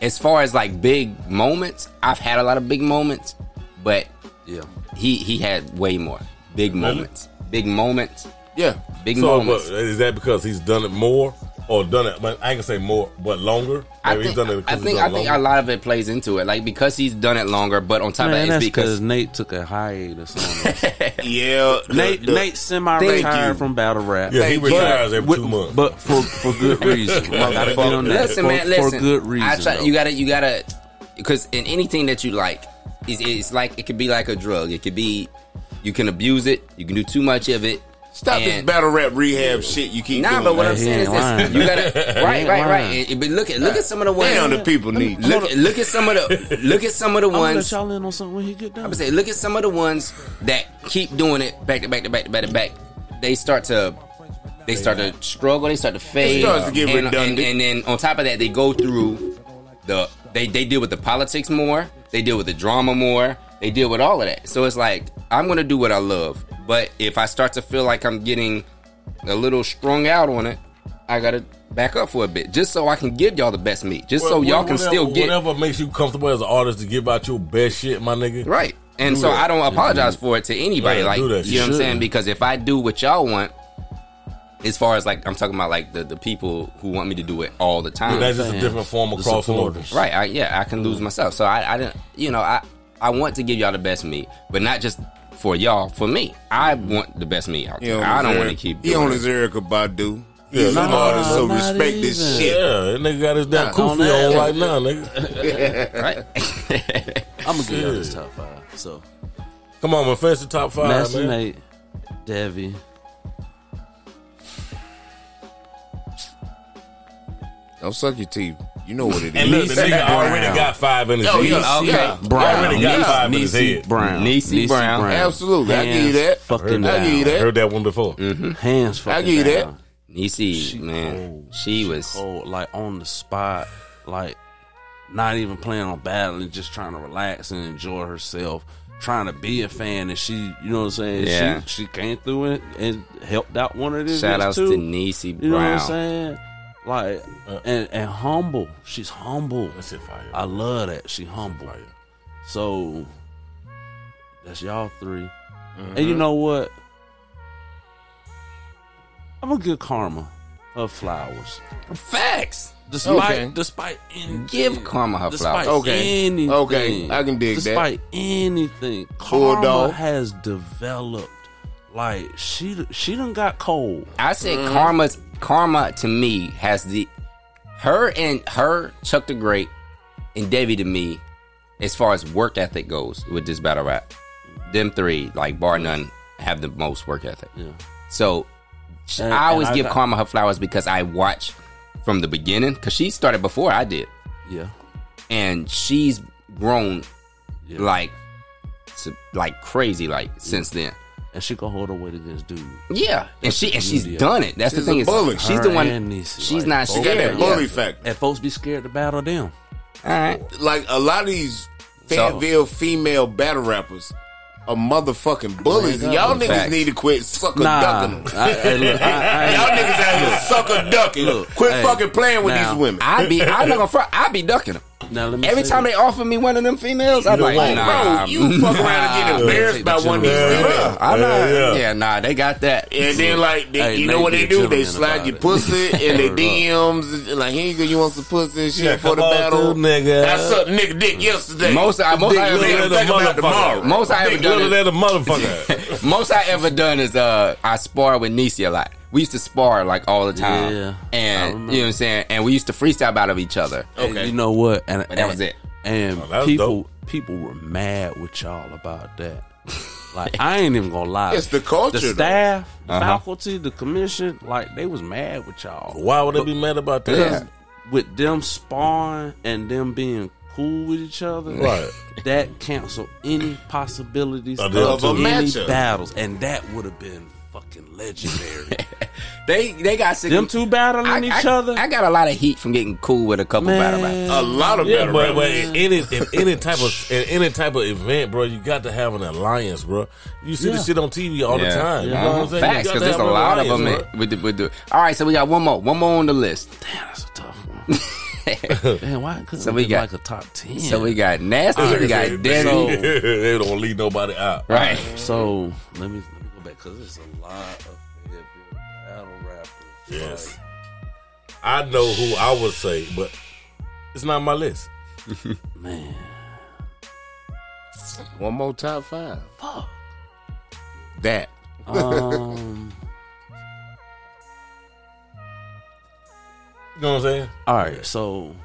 as far as like big moments, I've had a lot of big moments, but
Yeah,
he he had way more big moments. Big moments.
Yeah.
Big
So but
moments.
is that because he's done it more or done it? But I can say more, but longer.
I
Maybe
think,
he's done it.
I,
'cause he's
think,
done
I
it
think a
longer?
lot of it plays into it. Like, because he's done it longer, but on top
Man,
of that,
that's
it's
because
because.
Nate took a hiatus. On us.
Yeah. the-
Nate,
the-
Nate
Thank you.
semi-retired from battle rap.
Yeah, he
But-
retires every
With-
two months.
but for for good reason. I gotta get on that.
Listen,
for,
man, listen.
for good reason.
I try,
though.
you gotta, you gotta, because in anything that you like, it's, it's like, it could be like a drug. It could be, you can abuse it, you can do too much of it.
Stop this
and-
battle rap rehab shit you keep
Nah,
doing.
but what
that.
I'm
He
saying is
ain't
this:
lying.
you gotta right, right,
ain't
right.
lying.
And- But look at look at some of the ones.
Damn, the people need you.
Look, look at some of the look at some of the
I'm gonna
ones.
let y'all in on something when he get
I'm
done.
gonna say, look at some of the ones that keep doing it back to back to back to back to back. They start to they start to struggle. They start to fade.
starts to get
and, And,
redundant.
and then on top of that, they go through the they they deal with the politics more. They deal with the drama more. They deal with all of that. So it's like I'm gonna do what I love, but if I start to feel like I'm getting a little strung out on it, I gotta back up for a bit, just so I can give y'all the best meat, just so
Wha-
y'all
wha-
can
whatever-
still get
whatever makes you comfortable as an artist to give out your best shit, my nigga.
Right. And
Do
so
that.
I don't apologize for it to anybody.
Yeah,
like,
do
you know
that. You
what I'm saying?
shouldn't.
Because if I do what y'all want, as far as like, I'm talking about like the, the people who want me to do it all the time.
That's just a
Fans.
different form of
The
crossing over.
supporters.
right. I, yeah, I can lose myself. So I, I didn't, you know, I, I want to give y'all the best me, but not just for y'all, for me. I want the best me out
He
there.
on
I
his
don't want to
Eric-
keep
He on
doing
his
it.
Erica Badu.
Yeah,
He's an
nah,
artist, so
not
respect this
even.
shit.
Yeah, that nigga got his damn
Nah,
kufi
on that.
on right now, nigga.
Right.
I'm gonna get on this
Shit.
top five. So
Come on, man, finish the top five,
Nasty
man.
Nate, Devi,
Don't suck your teeth. You know what it
And look, the
is.
nigga
Brown.
already got five in his
Oh,
head.
yeah,
Okay.
yeah.
Brown,
already got five in his
Niecy
head.
Brown,
Niecy Brown.
Absolutely, I give you
Hands
that.
Fucking
I
down.
give you that.
Heard that one before.
Hands fucking
give you that.
down.
Niecy, man, she was.
cold, like on the spot, like not even planning on battling, just trying to relax and enjoy herself, trying to be a fan. And she, you know what I'm saying?
Yeah.
She, she came through and, and helped out one of these.
Shout
niggas
outs to
too.
Niecy Brown.
You know what I'm saying? Like
Uh.
and and humble. She's humble.
That shit fire.
I love that. She humble.
Fire.
So that's y'all 3 And
Mm-hmm.
you know what? I'm gonna give karma of flowers.
Facts.
Despite
Okay.
despite any,
Give Karma her
despite
flowers.
Okay.
anything,
Okay, I can dig that.
Despite anything, Karma
Bulldog.
has developed. Like she she done got cold.
I said
Mm-hmm.
karma's karma to me has the her and her Chuck the Great and Debbie to me as far as work ethic goes with this battle rap. Them three, like bar none, have the most work ethic.
Yeah.
So sh-
And-
I always
and I
give
got-
Karma her flowers because I watch from the beginning because she started before I did,
Yeah.
and she's grown
Yeah.
like s- like crazy like since then.
And she gonna hold her weight against dude.
Yeah, and she and she's
beauty of
done it. That's
She's
the thing.
a
is
bully.
She's the
Her
one.
and Niecy,
She's
like,
not
She got
scared.
that
yeah.
bully factor.
And folks be scared to battle them.
All right.
Like a lot of these Fayetteville female battle rappers are motherfucking bullies. And y'all niggas
Facts.
need to quit sucker
Nah,
ducking
I,
them.
I, look, I, I,
Y'all niggas out here sucker ducking.
Look,
quit
hey,
fucking playing with
now-
these women.
I be. I'm not gonna front. I be ducking them.
now let me
Every
say
time
this.
they offer me one of them females, I'm
You
like,
don't want-
nah,
Bro, you fuck around and get embarrassed
Take
by
the
one of these
gentleman.
women.
Yeah.
I'm not.
Yeah,
Yeah,
yeah.
nah, they got that.
And then like they,
Hey,
you
man,
know what
be
they
a
do? They
gentleman
slide
about
your
it.
pussy and they
Word up.
DMs and like here you go, you want some pussy and shit
Yeah,
for the
come on
battle.
through, nigga.
I sucked nigga dick yesterday.
Most I most I
Dick
Nigga,
little
ever
than
think
a motherfucker.
about tomorrow.
most I ever
Big
done
little
is-
that motherfucker.
most I ever done is uh I spar with Nisi a lot. We used to spar like all the time,
Yeah, I
and
remember.
you know what I'm saying. And we used to freestyle out of each other.
And you know what? And
But that was it.
And
that was
people
dope.
people were mad with y'all about that. Like I ain't even gonna lie.
It's the culture,
the
though.
staff, the
Uh-huh.
faculty, the commission. Like they was mad with y'all.
Why would they be mad about
Yeah.
that?
with them sparring and them being cool with each other,
Right.
that canceled any possibilities
Of
of,
them two.
any
matchup.
battles, and that would have been fucking legendary.
They they got sick.
them
of-
two battling each other,
I got a lot of heat from getting cool with a couple battle rappers.
man.
A lot of
Yeah,
battle
but,
rappers.
but in any in any type of in any type of event, bro, you got to have an alliance, bro. You see
Yeah.
this shit on TV all
Yeah.
the time. You know what I'm saying? You
Facts, because
got to
there's a
have an
lot of them.
alliance,
in- With the, with the, all right, so we got one more, one more on the list.
Damn, that's a tough one. Man, why couldn't
So
it
we
be
got-
like a top ten?
So we got nasty,
bro.
we
They-
got
they-
Debbie,
they don't leave nobody out.
right?
so let me let me go back because there's a lot of Fayetteville battle rappers.
Yes. I know who I would say, but it's not my list.
Like, man.
One more top five.
Fuck.
That.
Um,
You know what I'm saying?
all right, so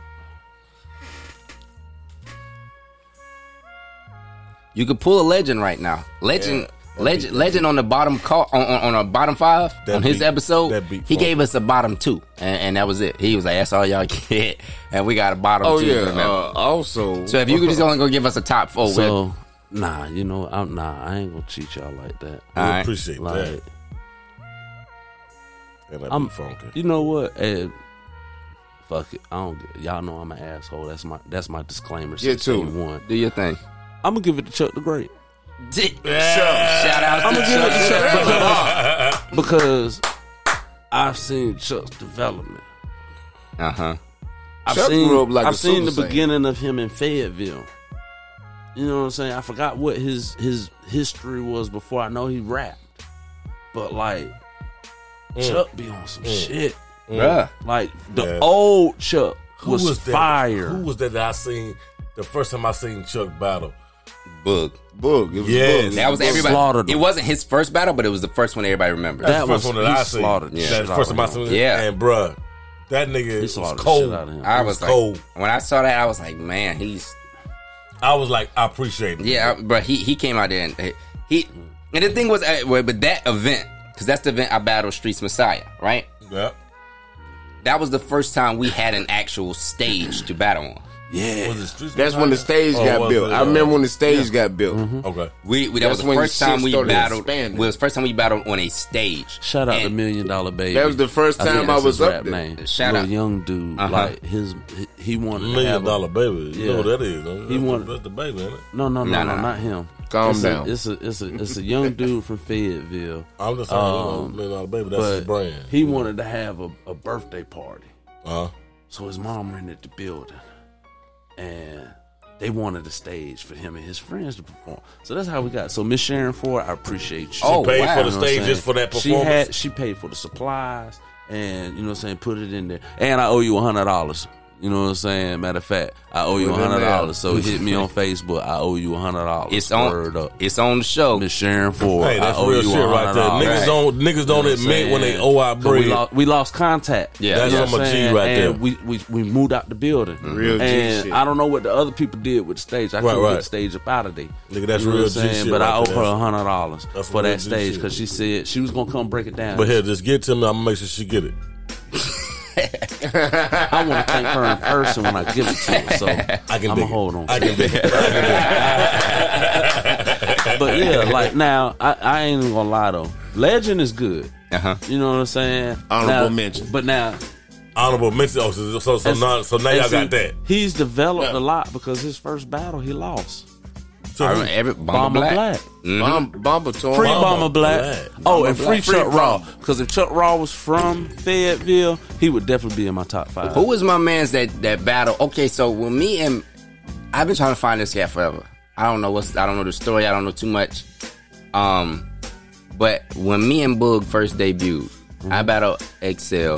You could pull a legend right now. Legend, legend, legend on the bottom call on on, on a bottom 5
That
on his
beat-
episode.
that beat
he
funk.
gave us a bottom two, and, and that was it. He was like, "That's all y'all get," and we got a bottom
Oh
two.
yeah.
from him.
Uh, also,
so if you could just only go give us a top four, we'll-
so nah, you know I'm nah, I ain't gonna cheat y'all like that.
all
I
right.
appreciate
Like
that. And that
I'm-
be funky.
you know what? Hey, fuck it, I don't. get- Y'all know I'm an asshole. That's my that's my disclaimer.
Get
since
to
day
it.
One.
do your thing.
I'm gonna give it to Chuck the Great.
Shout out to
give it to
Chuck.
Uh-huh.
because I've seen Chuck's development.
Uh huh.
I've
Chuck
seen,
grew up like
I've
a
seen
Super
the
Saiyan.
beginning of him in Fayetteville. You know what I'm saying? I forgot what his his history was before. I know he rapped, but like
Mm.
Chuck be on some shit.
Bruh.
Like the
Yeah.
old Chuck was,
that?
fire.
Who was that, that I seen the first time I seen Chuck battle?
Boog.
Boog. It was
Yes.
Boog.
That was everybody.
Slaughtered
It
him.
wasn't his first battle, but it was the first one everybody remembered.
That's
That
the first
was-
one that
he
I seen.
slaughtered the
That's
shit
the
out
first
of
time I
him.
seen
Yeah.
And bruh, that nigga
he
was
slaughtered the
cold.
shit out of him.
I
It was
was like,
cold.
when I saw that, I was like, man, he's
I was like, I appreciate it.
Yeah, I- but he he came out there and eh, he and the thing was, eh, well, but that event because that's the event I battled Streets Messiah, right?
Yeah.
That was the first time we had an actual stage to battle on.
yeah,
Was it Streets
That's when the stage
Oh,
got
was
built.
it?
I remember when the stage got built.
Okay.
We, we that
That's
was the
when
first
shit
time we
started
battled.
expanding.
It was the first time we battled on a stage.
shout out to
And-
Million Dollar Baby.
That was the first
think
time I
that's his
was up
rap
there.
Name.
Shout
Little
out.
young dude.
Uh-huh.
Like his, he- he wanted to have
Million
a-
dollar baby. You
Yeah.
know what that is. huh? That's,
wanted-
the, that's the baby, ain't it?
No, no, no,
Nah,
no,
nah.
not him.
Calm
it's
down.
A, it's a it's a it's a young dude from Fayetteville,
I'm just saying,
Um,
million dollar baby. That's his
but
brand.
he wanted to have a, a birthday party,
uh,
so his mom rented the building, and they wanted a stage for him and his friends to perform. So that's how we got. So Miss Sharon Ford, I appreciate you.
Oh,
paid
wow.
for the
You know what I'm
stage just for
saying?
that performance.
She had she paid for the supplies and you know what I'm saying, put it in there. And I owe you a hundred dollars. You know what I'm saying? Matter of fact, I owe you a
Put it in
hundred
there.
dollars. So hit me on Facebook. I owe you a hundred dollars.
It's on.
Word up.
It's on the show.
Miss Sharon Ford.
hey, that's
I owe
real
you
shit right there.
$100.
Niggas
Right.
don't niggas
You know
don't
what I'm
admit when they
saying?
owe our
'Cause We
bread.
lost, we lost contact.
Yeah.
That's
You know
on
what
my
I'm
G
saying?
right there. Mm-hmm.
And we, we we moved out the building.
Real G
and
shit.
I don't know what the other people did with the stage. I
Right,
couldn't
right.
get the stage up out of there.
Nigga, that's
You know
real
what I'm
G
saying?
shit
But
right
I owe
there.
her a hundred dollars
That's
for
real
that
G
stage
shit.
because she said she was gonna come break it down.
But here, just get to me. I'm gonna make sure she get it.
I want to thank her in person when I give it to her. So
I can
I'm
dig
gonna
it.
hold on.
I can dig it.
but yeah, like now I, I ain't even gonna lie though. Legend is good.
Uh huh.
You know what I'm saying?
Honorable
Now-
mention.
But now
Honorable mention. Oh, so so, so,
As-
now, so now
and
y'all
see,
got that.
He's developed
Yeah.
a lot because his first battle he lost.
So
I
who-
remember every Bomber
Bomber
Black. Mm-hmm.
Black.
Bomb, Bomba Torn.
Free
Bomber
Bomber Black.
Black.
Oh, and free
Free
Chuck
Bomber.
Raw. Because if Chuck Raw was from Fayetteville, he would definitely be in my top five.
Who was my man's that that battle? Okay, so when me and I've been trying to find this guy forever. I don't know what's I don't know the story. I don't know too much. Um, but when me and Boog first debuted, I battled Excel.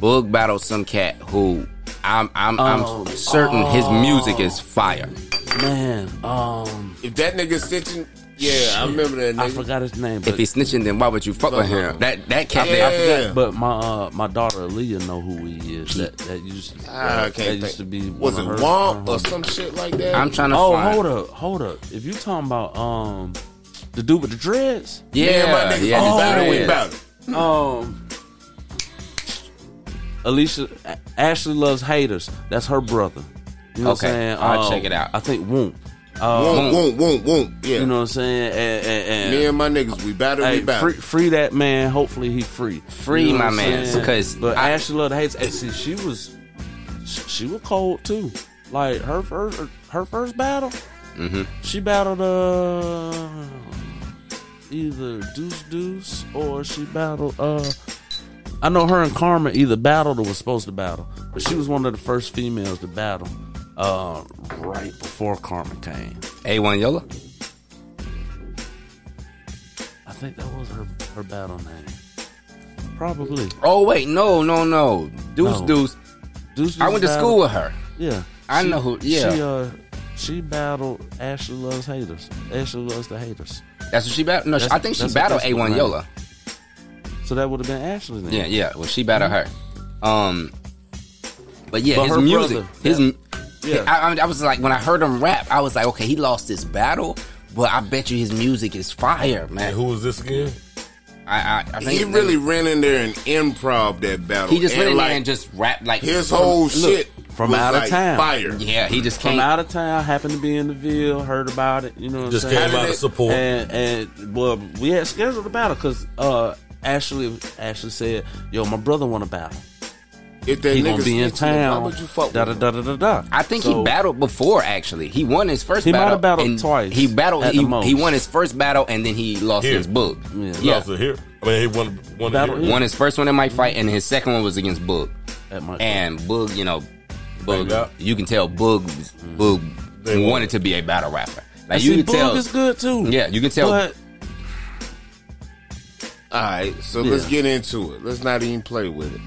Boog battled some cat who I'm I'm
Oh.
I'm certain his music is fire.
Man, um,
If that nigga stitching, yeah, I remember that nigga.
I forgot his name. But
If he's snitching, then why would you fuck with him? That that cat
Yeah.
there.
But my uh, my daughter Aaliyah know who he is. That that used
Ah,
to,
I
that,
can't
used to
think.
be
was it
one of her-
Womp
her
or
homies.
some shit like that?
I'm trying to
Oh,
find.
hold up, hold up. If you talking about um the dude with the dreads,
Yeah,
yeah, my nigga,
yeah,
oh,
the
battle we
dreads.
about it.
um Alicia A- Ashley loves haters. That's her brother. You know
Okay,
what I'm saying?
I'll
Um,
check it out.
I think Womp.
Womp, womp, womp, womp. Yeah,
You know what I'm saying? And, and- and-
me and my niggas, we battle,
Hey,
we battle.
free, free that man. Hopefully he free.
Free
what
my
I'm
man,
saying?
because
but
I-
Ashley Love hates. And see, she was she was cold too. Like her first her first battle,
Mm-hmm.
she battled uh either Deuce Deuce or she battled uh. I know her and Karma either battled or was supposed to battle, but she was one of the first females to battle uh, right before Karma came.
A1 Yola.
I think that was her her battle name. Probably.
Oh wait, no, no, no. Deuce,
No.
deuce.
Deuce
I went to
battled-
school with her.
Yeah.
I know who- yeah.
She uh she battled Ashley Loves Haters. Ashley Loves the Haters.
That's what she battled. No, she-
That's-
I think she
that's-
battled
that's
A
the
One
brand.
Yola.
So that would have been Ashley then.
Yeah, yeah. Well, she battled her. Um, but yeah,
Mm-hmm. But
his
her
music,
brother,
his.
yeah.
m
Yeah.
I, I- I was like, when I heard him rap, I was like, okay, he lost this battle, but I bet you his music is fire, man.
And who was this again?
I, I, I think
He
his
really
name-
ran in there and improv that battle.
he just
and
went in
like,
there and just rapped like
his
from-
whole
look,
shit
from
was
out of
like
town.
Fire.
Yeah, he just
From
came.
out of town, happened to be in the Ville, heard about it. You know what
Just
I'm saying?
came out
did
of
it-
support.
And, and well, we had scheduled a battle because uh, Ashley Ashley said, "Yo, my brother want a battle.
If that
He
nigga
gonna be in
snitching, why
town."
would you fuck
da
with
da
him?
da da da da.
I think
So-
he battled before. Actually, he won his first.
He might
battle,
have battled
and
twice
He battled.
at
He,
the most.
he won his first battle and then he lost
Here.
his book. Yeah,
Yeah.
He lost it here. I mean, he won. won it
Battle
here.
here.
won his first one in my fight and his second one was against Boog.
That might-
And Boog, you know,
Banged
Boog,
up.
you can tell Boog, was- Boog
They
wanted
wanted.
to be a battle rapper.
I
Like
see,
you can
Boog
tell,
is good too.
yeah, you can tell.
But
All right, so let's get into it. Let's not even play with it.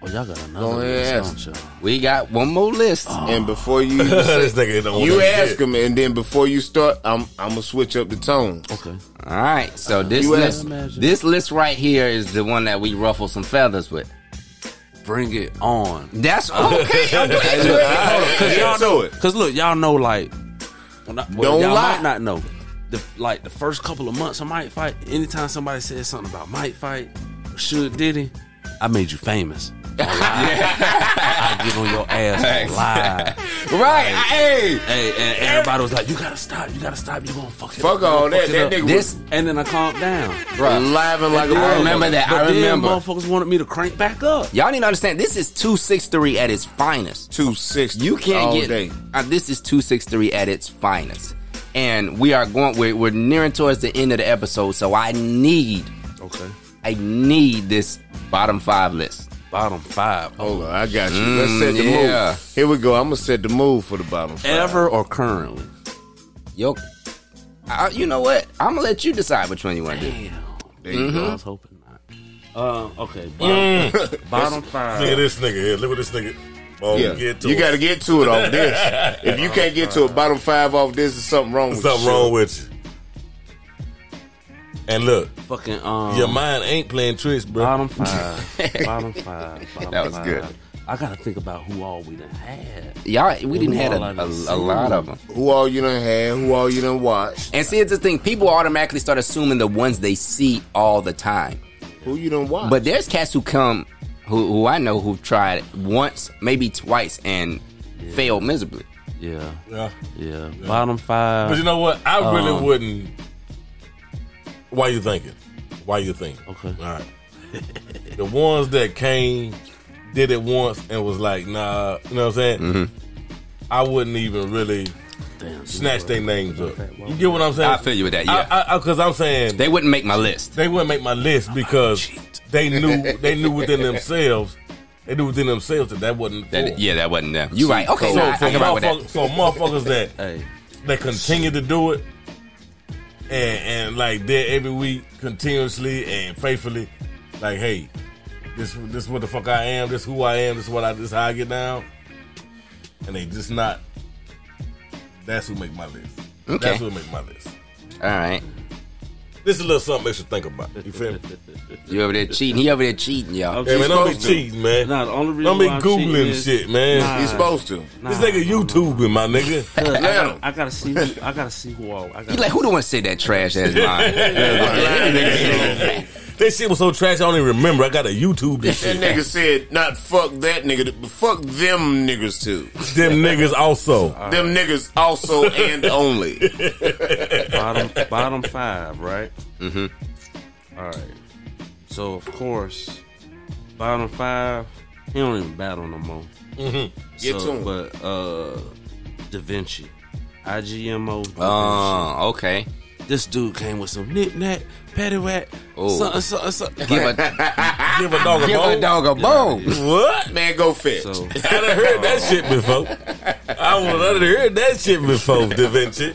oh, y'all got another
Go ahead,
one,
ask
don't y'all?
we got one more list.
And before you
this nigga don't
you
wanna
ask
get.
him, and then before you start, I'm I'm gonna switch up the tone.
Okay,
All right,
Uh,
so this
You
list,
asked- Imagine.
this list right here is the one that we ruffled some feathers with.
bring it on.
That's okay. I'm glad you-
Get into it.
Cause look, y'all know like when I, well,
Don't
y'all
lie.
might not know. The, like the first couple of months of Might Fight, anytime somebody says something about Might Fight, should Diddy, I made you famous. On live. I get on your ass on live.
right? Hey,
Hey, and everybody was like, "You gotta stop! You gotta stop! You gonna fuck it up.
Fuck
You
all that.
gonna fuck it
That
up."
nigga
this
And then I calmed down.
was living like a
I remember
motherfucker.
that.
But
I
then
remember.
motherfuckers wanted me to crank back up.
Y'all need to understand. This is two six three at its finest.
two six.
You can't
all
get
day.
Uh, this is 263 at its finest. And we are going we're, we're nearing towards the end of the episode, so I need
Okay,
I need this bottom 5 list.
bottom five.
Hold on, I got you. Let's
Mm,
set the
yeah.
move. Here we go. I'm gonna set the move for the bottom. Five.
Ever or currently?
Yo uh, you know what? I'm going to let you decide which one you want to do.
Damn.
There you
I
go.
was hoping not. Um, okay. Bottom, bottom
Look at
five.
this nigga here. Look at this nigga. Oh,
Yeah,
get to
you
it.
got to get to it off this. if you can't get to a bottom five off this, there's something wrong with
Something
you.
wrong with you. And look,
Fucking um.
your mind ain't playing tricks, bro.
Bottom five. bottom five. Bottom
That was
five.
good.
I gotta think about who all we done had.
Y'all we didn't
Ooh,
have
all I
a, a,
done
a lot
seen.
of them.
Who all you done had? Who all you done watched?
And see, it's the thing. People automatically start assuming the ones they see all the time.
Who you done watched?
But there's cats who come, who, who I know who tried once, maybe twice, and failed miserably.
Yeah,
Yeah.
yeah. Bottom
But you
five.
know what? I really
Um,
wouldn't. Why you thinking? Why you thinking?
Okay.
All right. the ones that came, did it once, and was like, nah, you know what I'm saying?
Mm-hmm.
I wouldn't even really
Damn,
snatch their names up. You get what I'm saying?
I feel you with that, yeah.
Because I'm saying
They Oh, wouldn't make my list.
they wouldn't make my list because they knew they knew within themselves. They knew within themselves that that wasn't.
That-
for 'em.
yeah, that wasn't them. You right? Okay,
So,
nah, I
so,
can rock with that.
motherfuck- so motherfuckers that
Hey,
that continue to do it and and like there every week continuously and faithfully like hey this this what the fuck I am this who I am this what I this how I get down and they just not that's who make my list
Okay.
that's who make my list
All right.
this is a little something they should think about you feel me
You over there cheating. He over there cheating, y'all.
hey man don't be
supposed to.
cheating man
Nah, the only reason
don't be
why I'm
googling
cheating is-
shit man
you
Nah.
supposed to.
this nigga YouTubing my nigga
I
Atlanta.
gotta, I gotta see. Who, I gotta see who all. I
You
gotta,
like, who the one said that trash ass line?
this shit was so trash I don't even remember I got a YouTube this
That
shit
nigga said, not fuck that nigga, but fuck them niggas too.
them niggas also
Them niggas also and only.
bottom bottom five, right? Mm-hmm. All right. So of course, bottom five. He don't even battle no more.
Get
so,
to 'em.
But uh, Da Vinci, IGMO. Da Vinci.
Oh, okay.
This dude came with some knick-knack, paddywhack,
Oh.
something, something, something.
Give a
give a dog a
give a
bone
dog a bone.
what
Man, go fetch.
So,
I done heard that shit before. I would have heard that shit before, Da Vinci.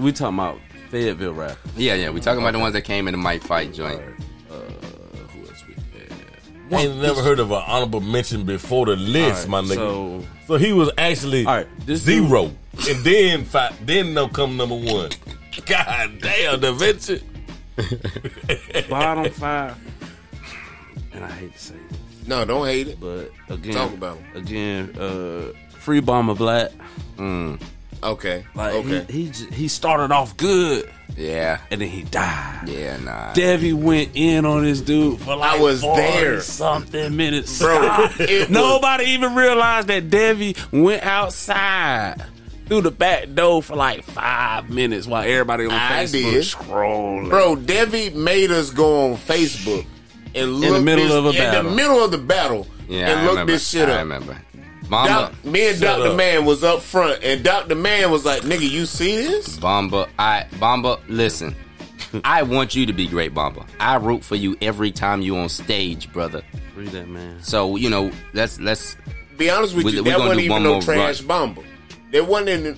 we talking about Fayetteville rap.
Yeah, yeah. We talking about the ones that came in the mic fight joint.
Ain't never heard of an honorable mention before the list,
Alright,
my nigga. So,
so-
he was actually
Alright, this
zero, and then five, then no come number one. God damn, Da Vinci.
bottom five. And I hate to say this,
No, don't hate it.
but again,
Talk about 'em.
again, uh, Free Bomber Black.
Okay.
Like
okay.
he he, j- he started off good
Yeah.
and then he died.
Yeah, nah.
Devi went in on this dude for like
I was
40
there.
something minutes.
Bro, it was-
Nobody even realized that Devi went outside through the back door for like five minutes while everybody on
I
Facebook
did.
scrolling.
Bro, Devi made us go on Facebook and look
the middle
this-
of a
In
battle.
the middle of the battle
Yeah, I
and look
remember.
this shit
I
up.
remember. Mama.
Doc, me and
Shut
Doctor
up.
Man was up front, and Doctor Man was like, "Nigga, you see this?
Bomba, I Bomba, listen. I want you to be great, Bomba. I root for you every time you on stage, brother.
Read that man.
So you know, let's let's
Be honest with
We-
you,
we
that
gonna
wasn't
do
even
one
no
more
trash
run.
bomber. There wasn't. Any,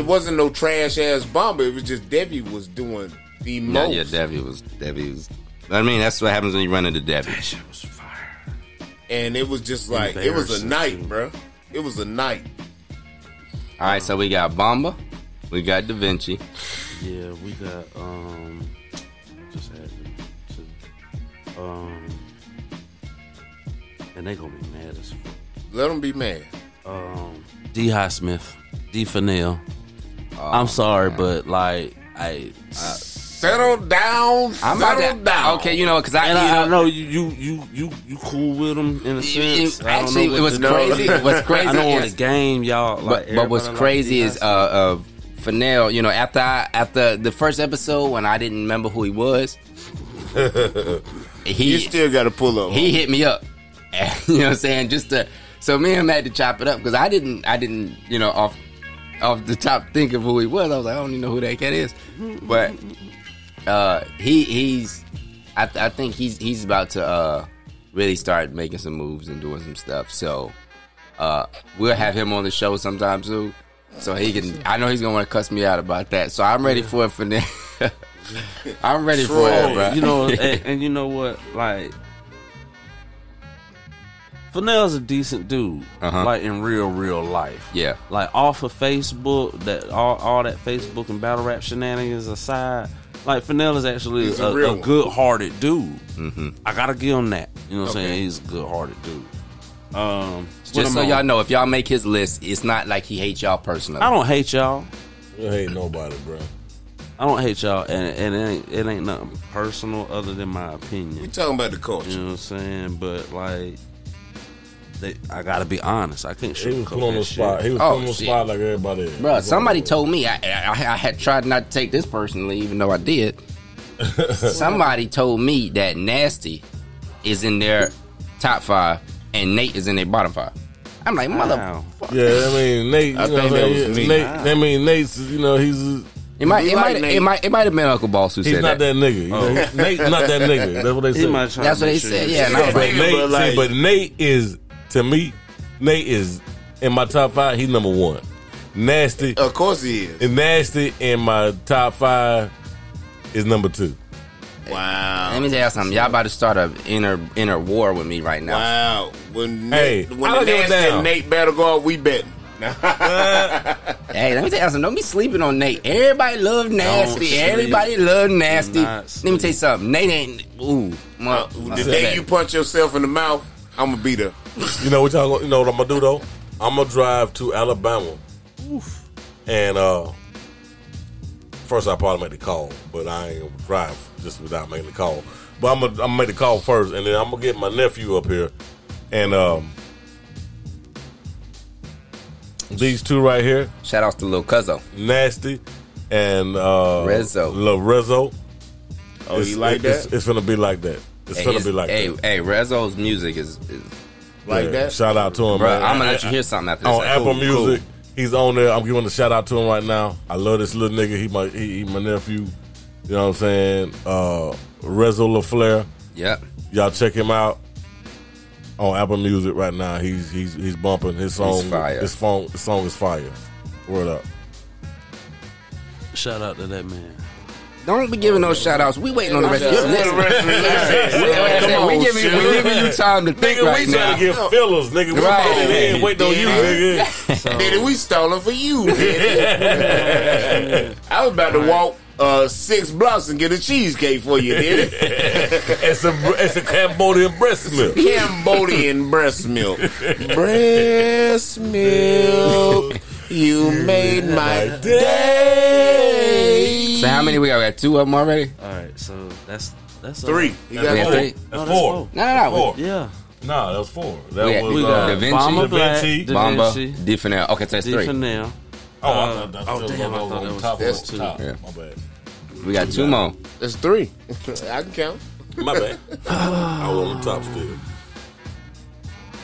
it wasn't no trash ass bomber. It was just Devi was doing the
Yeah,
most.
yeah, Debbie was Debbie was. I mean, that's what happens when you run into Debbie.
That shit was fire.
and it was just like it was a
Embarrassing,
night,
too.
bro. It was a night.
All right, so we got Bomba, we got Da Vinci.
Yeah, we got um just had to, to um and they gonna be mad as fuck.
Let them be mad.
um, D. High Smith, D. Fennell.
Oh,
I'm sorry, but like I, I
Settle down.
I'm about
settle
to-
down.
Okay, you know, because I,
and
you
I, I
know,
don't know you, you you you you cool with them in a
you- you-
sense. I don't
actually,
know
it
what
was
to do.
crazy. What's crazy
I know on the
is-
game, y'all. Like,
but, but what's
everybody like
crazy
D. High
is uh, uh Fennell, you know, after I, after the first episode when I didn't remember who he was,
You
he
still got to pull up.
he hit me up. you know what I'm saying? Just to so me and him had to chop it up because I didn't I didn't you know off off the top think of who he was. I was like I don't even know who that cat is, but uh he he's I, th- I think he's he's about to uh really start making some moves and doing some stuff. So uh we'll have him on the show sometime soon. So he can. I know he's gonna want to cuss me out about that. So I'm ready for it for now. I'm ready for it,
Troy,
bro.
you know, and, and you know what? Like, Fennell's a decent dude.
Uh-huh.
Like in real, real life.
Yeah.
Like off of Facebook, that all, all that Facebook and battle rap shenanigans aside, like Fennell is actually
He's a
a,
real one.
good hearted dude. Mm-hmm. I gotta give him that. You know what I'm saying? He's a good hearted dude. Um, what
Just so
am I
y'all
on?
know, if y'all make his list, it's not like he hates y'all personally.
I don't hate y'all.
You hate nobody, bro.
I don't hate y'all, and, and it, ain't, it ain't nothing personal other than my opinion.
we talking about the culture.
You know what I'm saying? But like, they, I gotta be honest. I can't
He
sugarcoat
was put on
that
the
shit.
spot. He was
Oh,
put on the
shit.
spot like everybody. else.
Bruh, somebody told me I, I I had tried not to take this personally, even though I did. somebody told me that Nasty is in their top five and Nate is in their bottom five. I'm like, mother,
Wow.
Yeah, I mean Nate. You know
I think
what
that
I'm
was
saying?
me.
Nate, I mean Nate's. You know he's
it might it
like
might
Nate.
it might it might have been Uncle Boss who
he's
said
not
that.
that, nigga. You know, he- Nate's not that nigga. That's what they
He
say.
might try
That's
to
what
make
they
sure
said.
he-
Yeah, and I was
But
like,
Nate,
but like-
see, but Nate is to me. Nate is in my top five. He's number one. Nasty
Of course he is.
and nasty in my top five is number two.
Wow.
let me tell y'all something. Y'all about to start a inner inner war with me right now.
Wow. When
Hey,
Nate, when
I don't
the
give a
Nate
damn.
said Nate battle guard, we betting.
Hey, let me tell you something. Don't be sleeping on Nate. Everybody love nasty.
sleep.
Everybody love nasty.
Do not
Let me tell you
sleep.
something. Nate ain't. Ooh, my,
Uh,
my
the day
bad.
you punch yourself in the mouth, I'm gonna be there.
You know what y'all? gonna- You know what I'm gonna do though? I'm gonna drive to Alabama, and uh, first I probably make the call, but I ain't gonna drive just without making the call. But I'm gonna, I'm gonna make the call first, and then I'm gonna get my nephew up here, and um, these two right here,
Shout outs to Lil Cuzzo.
nasty, and uh,
Rezzo.
Lorezzo.
Oh,
It's-
you like
it's,
that?
It's gonna be like that. It's
Hey,
gonna
his-
be like
hey,
that.
hey, Rezzo's music is, is
like
Yeah,
that?
Shout out to him,
bro.
man.
I'm
I-
gonna let
I-
you hear something after this.
on
Like,
Apple
cool,
Music. He's on there. I'm giving a shout out to him right now. I love this little nigga. He my he, he my nephew. You know what I'm saying? Uh Rezzo LaFlair.
cool. Yep.
Y'all check him out on Apple Music right now. He's he's he's bumping his song.
fire.
His song his song is fire. Word up.
Shout out to that man.
Don't be giving no shout outs. We waiting on the rest of your list. We-
Come
we
on,
giving you, we
Shug.
giving you time to think
Nigga,
right
we
now.
trying to get fillers, nigga. We
Right.
right. in and wait on you, nigga.
Diddy, we stalling for you. Diddy. I was about to walk uh, six blocks and get a cheesecake for you, Diddy.
It's a it's a Cambodian breast milk.
Cambodian breast milk. Breast milk. You made my day.
So how many we got? We got two of them already.
All right, so that's that's uh,
Three. You got
Yeah,
four.
three.
That's
that's
four.
four.
No, no, no.
Four.
Yeah,
Nah, that was four. That
We-
was
we
uh,
got Da Vinci.
Bomber Black,
Da Vinci.
Da
Bomba,
Vinci,
D. Fennell. Okay, so that's
D.
three.
Oh,
Fennell.
I thought that's
Oh,
still
damn, I
on
thought that
the
was
top.
just
on
two.
top.
Yeah.
My bad.
We got two more.
That's three. I can count.
My bad. I was on the top still.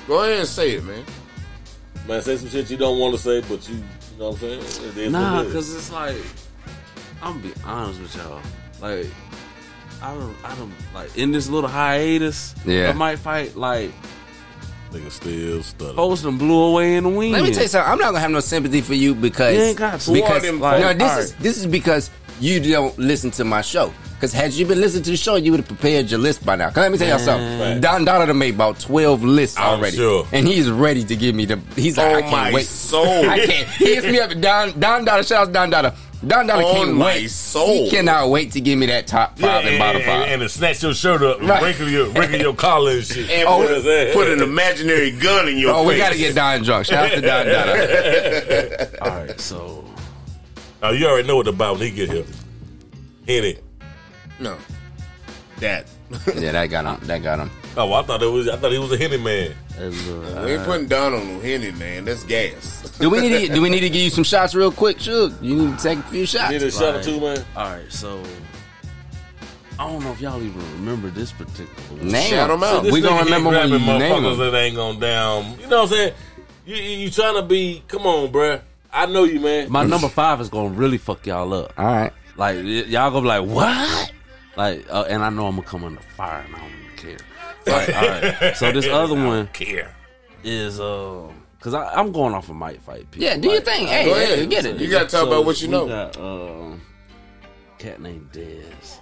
Go ahead and say it, man.
Man, say some shit you don't want to say, but you, you know what I'm saying? It is
Nah,
what it is.
cause it's like I'm gonna be honest with y'all. Like I don't, I don't like in this little hiatus.
Yeah.
I might fight like
nigga still stuttering.
folks done blew away in the wind.
Let me tell you something. I'm not gonna have no sympathy for you because
You ain't got to.
because
Warden, like,
no, this
all
is
right.
this is because you don't listen to my show. Because had you been listening to the show, you would have prepared your list by now. 'Cause let me tell you something.
Right.
Don Dollar done made about twelve lists
I'm
already,
sure.
and he's ready to give me the. He's like, I
Oh
can't
my
wait.
soul.
I can't. He hits me up. Don Don Dollar. Shout out to Don Dollar. Don Dollar
On
can't
Oh my
wait. He
soul.
cannot wait to give me that top
Yeah,
five and bottom
and,
five.
and to snatch your shirt up, and
Right.
wrinkle your wrinkle your collar and shit. Oh,
And
You know what I'm
put,
saying?
put an imaginary gun in your
Oh,
face.
we gotta get Don drunk. Shout out to Don Dollar.
All right, so
Now, you already know what about when he get here. Hit it.
No. That.
yeah, that got him. That got him.
Oh, I thought it was. I thought he was a henny man.
that's, uh,
We ain't putting down on no Henny, man. That's gas.
Do we need to, do we need to give you some shots real quick, Shug? You need to take a few shots.
Need a shot or two, man.
all right, so I don't know if y'all even remember this particular. One.
Name
Shout 'em out.
We gonna remember when you
grabbing
name 'em.
motherfuckers that ain't gonna down. You know what I'm saying? You, you, you trying to be? Come on, bruh. I know you, man.
My number five is gonna really fuck y'all up.
All right.
Like y- y'all gonna be like, what? Like, uh, and I know I'm gonna come under fire, and I don't even care. Like, all right. So this other one
care.
is um, cause I, I'm going off a mic fight. People.
Yeah, do your
Like,
thing.
Go
Hey,
ahead.
hey, get it.
You gotta talk
so
about what you
we
know.
Got, um, cat named Dez.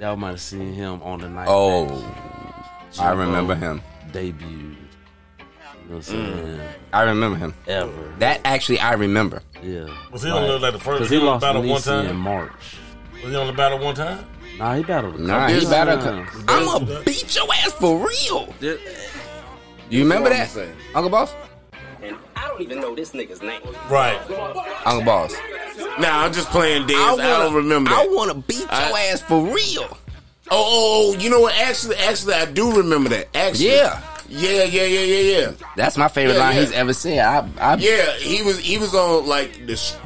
Y'all might have seen him on the night.
Oh,
that
I
Jimbo
remember him.
Debuted. You know what I'm saying?
I remember him.
Ever.
That actually, I remember.
yeah.
Was he on the, like the first?
Cause
Was
he
he on the
lost
battle one
Nisi in
time?
March.
Was he on the battle one time?
Nah, he battled. a
Nah,
couple
he battled.
times.
I'm gonna beat your ass for real.
There-
You remember
what I'm
that,
saying.
Uncle Boss?
And I don't even know this nigga's name.
Right.
Uncle Boss.
nah, I'm just playing dance. I, don't remember.
I
that.
want to beat your
I-
ass for real.
oh, oh, oh, you know what? Actually, actually, I do remember that. Actually,
Yeah.
yeah, yeah, yeah, yeah, yeah.
That's my favorite
Yeah,
line
yeah.
he's ever said. I, I,
Yeah, he was he was on like this.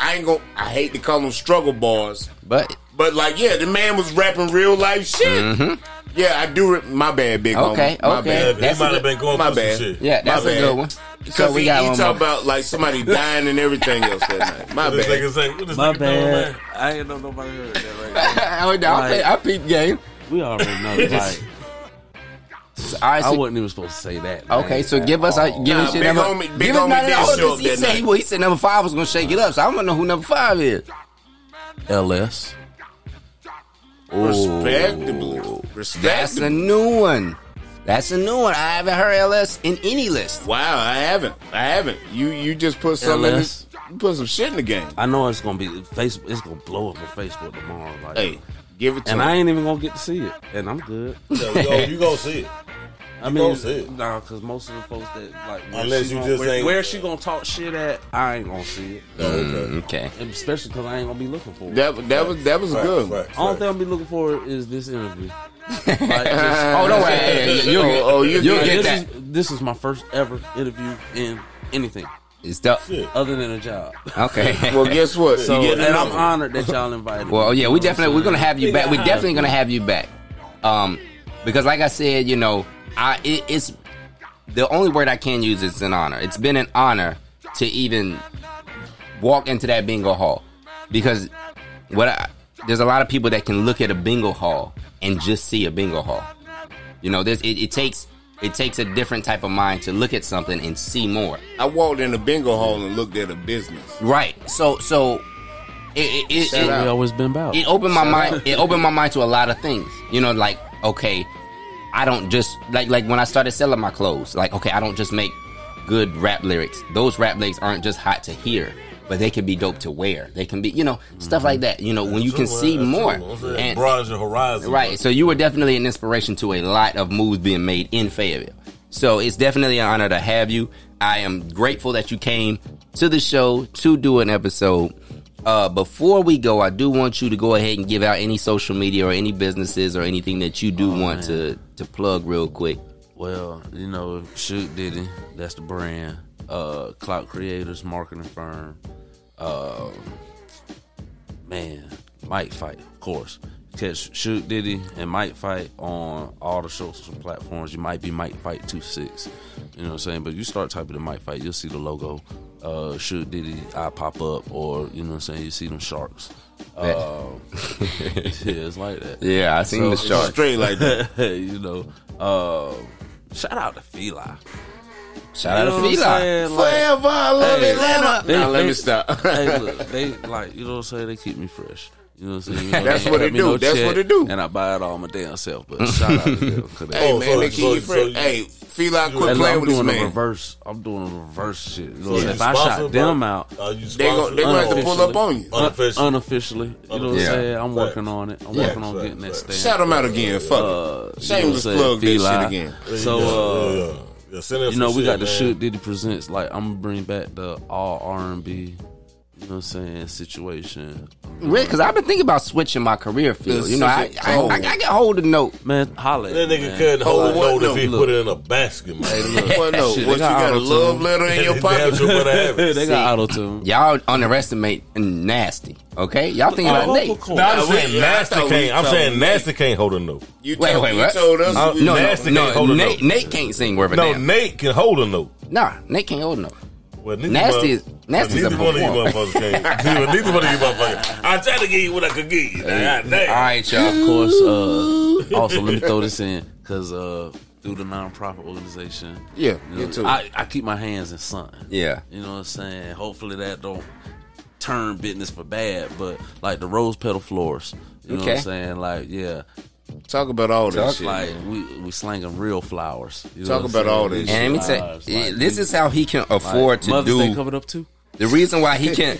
I ain't gonna. I hate to call them struggle bars,
but
but like, yeah, the man was rapping real life shit. Yeah, I do. Re- my bad, big
Okay,
homie. My
okay.
Yeah,
bad.
he
That's a
might
good-
have been going
my
through
bad.
some shit.
yeah, that's
My
a
bad.
good one. So
Because
we
he,
got
he
one
talk
more.
about like somebody dying and everything else that night. My
What this
bad.
nigga say? What this
My
nigga doing,
bad.
man?
I didn't know nobody heard that right now.
I, I, play- I peep game.
We already know. Like,
All right,
I
so
wasn't even supposed to say that.
Okay,
man,
so
at
give us our
all.
give
Nah,
us your
big
number.
homie- big
give us
homie
no, no,
did
no, hold
show
on,
up
He
that
said he,
night.
well, he said number five was gonna shake it up, so I don't know who number five is.
LS.
Respectably.
That's a
Respectably.
new one. That's a new one. I haven't heard LS in any list.
Wow, I haven't. I haven't. You you just put some in
LS.
this, you put some shit in the game.
I know it's gonna be Facebook. It's gonna blow up on Facebook tomorrow. Like,
Hey, give it to
and
me.
I ain't even gonna get to see it, and I'm good.
Yeah, we gonna- you gonna see it.
I
gonna
mean,
see it.
nah, because most of the folks that like, where
Unless
she
you
gonna,
just
where,
ain't-
where she gonna talk shit at, I ain't gonna see it.
Okay.
And Especially because I ain't gonna be looking for it.
that that was that was good.
Right, right,
Only
right.
thing I'll be looking for is this interview. Like,
Oh,
just-
don't worry. Hey, hey, You'll get,
Oh, oh, you-
you'll
yeah,
get
this
that.
is this is my first ever interview in anything
it's the,
Shit.
other than a job.
okay.
Well, guess what?
So,
You
and
get
I'm
another.
honored that y'all invited.
well,
me,
yeah,
you
we
know what I'm
definitely we're gonna
saying?
have you back. We're definitely gonna have you back. Um, because like I said, you know, I it, it's the only word I can use is an honor. It's been an honor to even walk into that bingo hall because what I, there's a lot of people that can look at a bingo hall and just see a bingo hall. You know, there's it, it takes it takes a different type of mind to look at something and see more.
I walked in the bingo hall and looked at a business.
Right. So so it, it,
Shout
it,
out.
we always been about.
it opened my mind. It opened my mind to a lot of things. You know, like okay, I don't just like like when I started selling my clothes. Like okay, I don't just make good rap lyrics. Those rap lyrics aren't just hot to hear, but they can be dope to wear. They can be you know stuff like that. You know when you can see more
and broaden your horizon.
Right. So you were definitely an inspiration to a lot of moves being made in Fayetteville. So it's definitely an honor to have you. I am grateful that you came to the show to do an episode. Uh, before we go, I do want you to go ahead and give out any social media or any businesses or anything that you do want to to plug real quick.
Well, you know, Shoot Diddy, that's the brand. Uh Cloud Creators Marketing Firm. Um man, Mike Fight, of course. Catch Shoot Diddy and Mike Fight on all the social platforms. You might be Mike Fight 26. You know what I'm saying? But you start typing in Mike Fight, you'll see the logo. Uh Shoot Diddy, I pop up, or you know what I'm saying, you see them sharks. Um, yeah, it's like that
Yeah, I seen the
So-
shark.
Straight like that.
you know. Uh, shout out to Fila.
Shout out to Fila.
Forever, I love
Hey.
Atlanta. Now let me stop.
hey, look, they like you know what I'm saying. They keep me fresh. You know what I'm saying. You know,
That's
ain't
what
cut
it
me
do. That's what it do.
And I buy it all my damn self. But shout out to them 'cause they-
Hey
Oh,
man,
so-
they
so-
keep you
so
friend.
you-
hey, Feli,
Hey,
quit
And
playing
I'm
with this
doing a
man.
reverse. I'm doing a reverse shit. You know,
You
if I shot
sponsored by-
them out,
Are you
They gon-
sponsored
they gonna have
by-
to pull up on you.
Unofficial.
unofficially, you know what I'm
Yeah.
saying. I'm
Facts.
working on it. I'm
Yeah.
working on getting that
Facts,
stand.
facts.
Shout him out again. Fuck
Uh,
it.
you know what I'm
Shameless
saying,
plug this
Feli.
shit again.
So. uh,
yeah, yeah, yeah. Send us
you know,
some
we
shit,
got the
man.
shoot Diddy presents. Like I'm gonna bring back the all R and B, you know what I'm saying, situation.
Because I've been thinking about switching my career field.
This
You know, I
is a-
I, I, I got hold of note.
Man, holla.
That
at me,
nigga
man.
couldn't
Hold
hold
on,
a note if he
look.
put it in a basket, man.
Well, no, what
Shit, they
you
got
got a
auto-tune.
love letter in your
Damn
pocket?
sure what happened.
they got auto tune.
Y'all underestimate nasty. Okay, y'all thinking about Nate.
No, I'm saying
we- I
nasty
thought we
can't. I'm
told
saying
Nate.
nasty can't hold a note.
You
Wait,
told,
wait,
you
what? Oh,
told us
Uh,
we-
No, no,
Nasty can't
no.
hold a
Nate,
note.
Nate can't sing worth a
No,
damn.
Nate can hold a note.
Nah, Nate can't hold no.
Well, neither
Nasty
one-
is- nasty is a
neither one of you
performer.
motherfuckers can. Neither one of you motherfuckers. I tried to give you what I could give you. Now, God
All
damn.
right, y'all.
Of course. Uh, also, let me throw this in because uh, through the nonprofit organization,
Yeah,
you
you
know,
too.
I, I keep my hands in something.
Yeah.
You know what I'm saying? Hopefully that don't turn business for bad, but like the rose petal floors. You know what
Okay.
I'm saying? Like, yeah.
Talk about all that
Talk
shit.
Like we we slanging real flowers. You know
Talk
what I'm
about
saying?
all this
These
And let me
flowers,
tell you,
like,
this is how he can afford to
Mother's Day
do.
coming up too.
The reason why he can,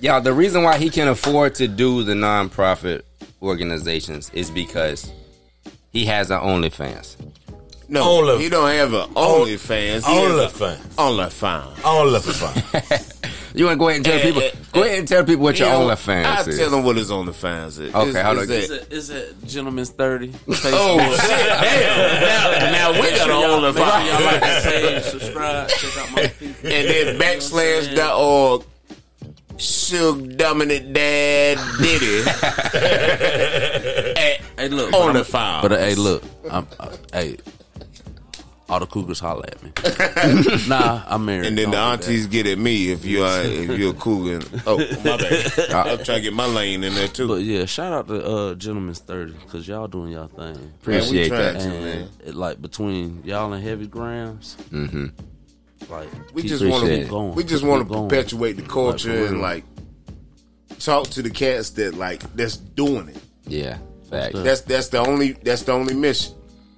y'all, the reason why he can afford to do the nonprofit organizations is because he has an OnlyFans.
no,
Only-
he don't have an OnlyFans. He
All the
has
fun.
a OnlyFans.
All the fun.
You want to go ahead and tell
Eh,
people?
eh,
go ahead and tell people what your
I
OnlyFans is.
tell him what his OnlyFans is.
Okay,
It's-
hold
it's
on.
that-
Is it, is it gentleman's thirty?
Oh shit! Damn. Now, now we got an
Y'all like
OnlyFans,
that page, subscribe, check out my feed.
and then backslash dot org. Suge Dominant Dad Diddy
Hey, look, but,
on the
I'm-
file.
but, uh, hey, look, I'm, uh, hey, all the cougars holler at me. nah, I'm married.
and then the
Don't do
aunties get at me if you are if you're cool. And, oh my bad,
Uh,
I'm trying to get my lane in there
that. But
too.
yeah, shout out to uh, Gentleman's Thirty because y'all doing y'all thing.
Appreciate
Man, we trying
that.
to, man.
And it, like between y'all and Heavy Grounds, mm-hmm. like
We
keep-
just want
appreciate
to
it.
going,
we just
keep
want to
going.
perpetuate the culture
Like, for
and
real.
like talk to the cats that like that's doing it.
Yeah, facts.
That's that's the only that's the only mission.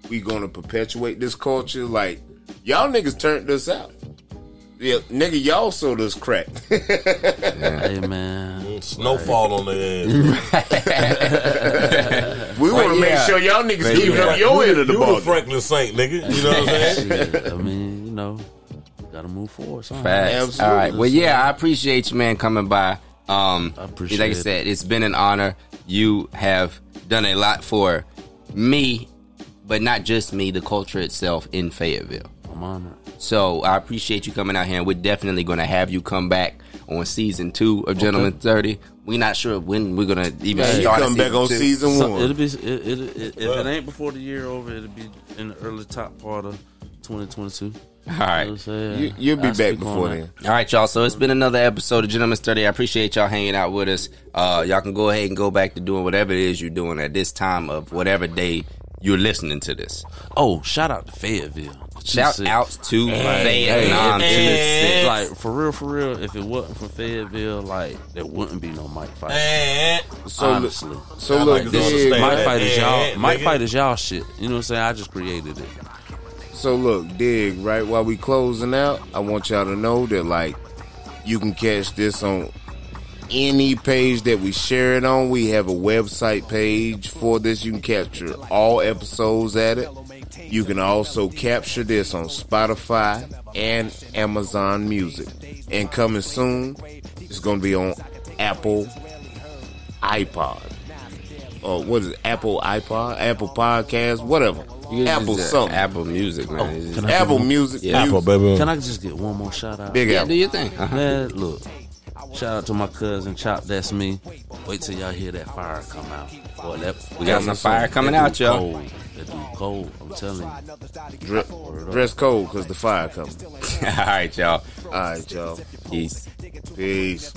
We gonna perpetuate this culture. Like y'all niggas turned us out. Yeah, nigga, y'all sold us crack.
Hey man,
Snowfall on the ass.
we want to make
yeah.
sure y'all niggas
Right,
keep
yeah.
up your end
you
of the
the
bargain.
Franklin Saint, nigga. You know what I'm saying?
shit, I mean, you know, gotta move forward. somehow.
Facts.
Absolutely.
All right. Well, yeah, I appreciate you, man, coming by. Um,
I appreciate
Like I
it.
said, it's been an honor. You have done a lot for me, but not just me, the culture itself in Fayetteville.
I'm honored.
So I appreciate you coming out here, and we're definitely going to have you come back on season two of Gentlemen 30. We're not sure when we're going to even
Yeah, you
start
come back on
two.
season
So it'll
one.
be it, it, it, if
Well.
it ain't before the year over, it'll be in the early top part of 2022.
All right.
You, you'll be back before then.
All right, y'all. So it's been another episode of Gentlemen's 30. I appreciate y'all hanging out with us. Uh, y'all can go ahead and go back to doing whatever it is you're doing at this time of whatever day you're listening to this.
Oh, shout out to Fayetteville. The
Shout
2-6.
outs to Vietnam.
if-
to the
if-
six.
Like for real, for real. If it wasn't for Fayetteville, like there wouldn't be no Mike fight.
So look-
honestly,
so
I
look,
like this.
dig,
Understand.
Mike
Hey,
fight is
hey,
y'all.
hey,
Mike
nigga.
fight is y'all shit. You know what I'm saying? I just created it.
So look, dig, right? While we closing out, I want y'all to know that like you can catch this on any page that we share it on. We have a website page for this. You can capture all episodes at it. You can also capture this on Spotify and Amazon Music. And coming soon, it's going to be on Apple iPod. Or what is it? Apple iPod, Apple Podcast, whatever.
You can
Apple
just, uh,
something.
Apple Music, man. It's just-
Apple Music.
Yeah.
Apple,
Apple.
baby.
Can I just get one more shout out?
Big
yeah,
Apple.
do your thing. Uh-huh.
Man, look. Shout out to my cousin Chop. That's me. Wait till y'all hear that fire come out. Boy, that
We got
that
some
dude-
fire coming
that
out,
dude
y'all.
Cold. That dude cold. I'm telling you.
Dre- dress code because the fire coming.
All right, y'all.
All right, y'all.
Peace.
Peace.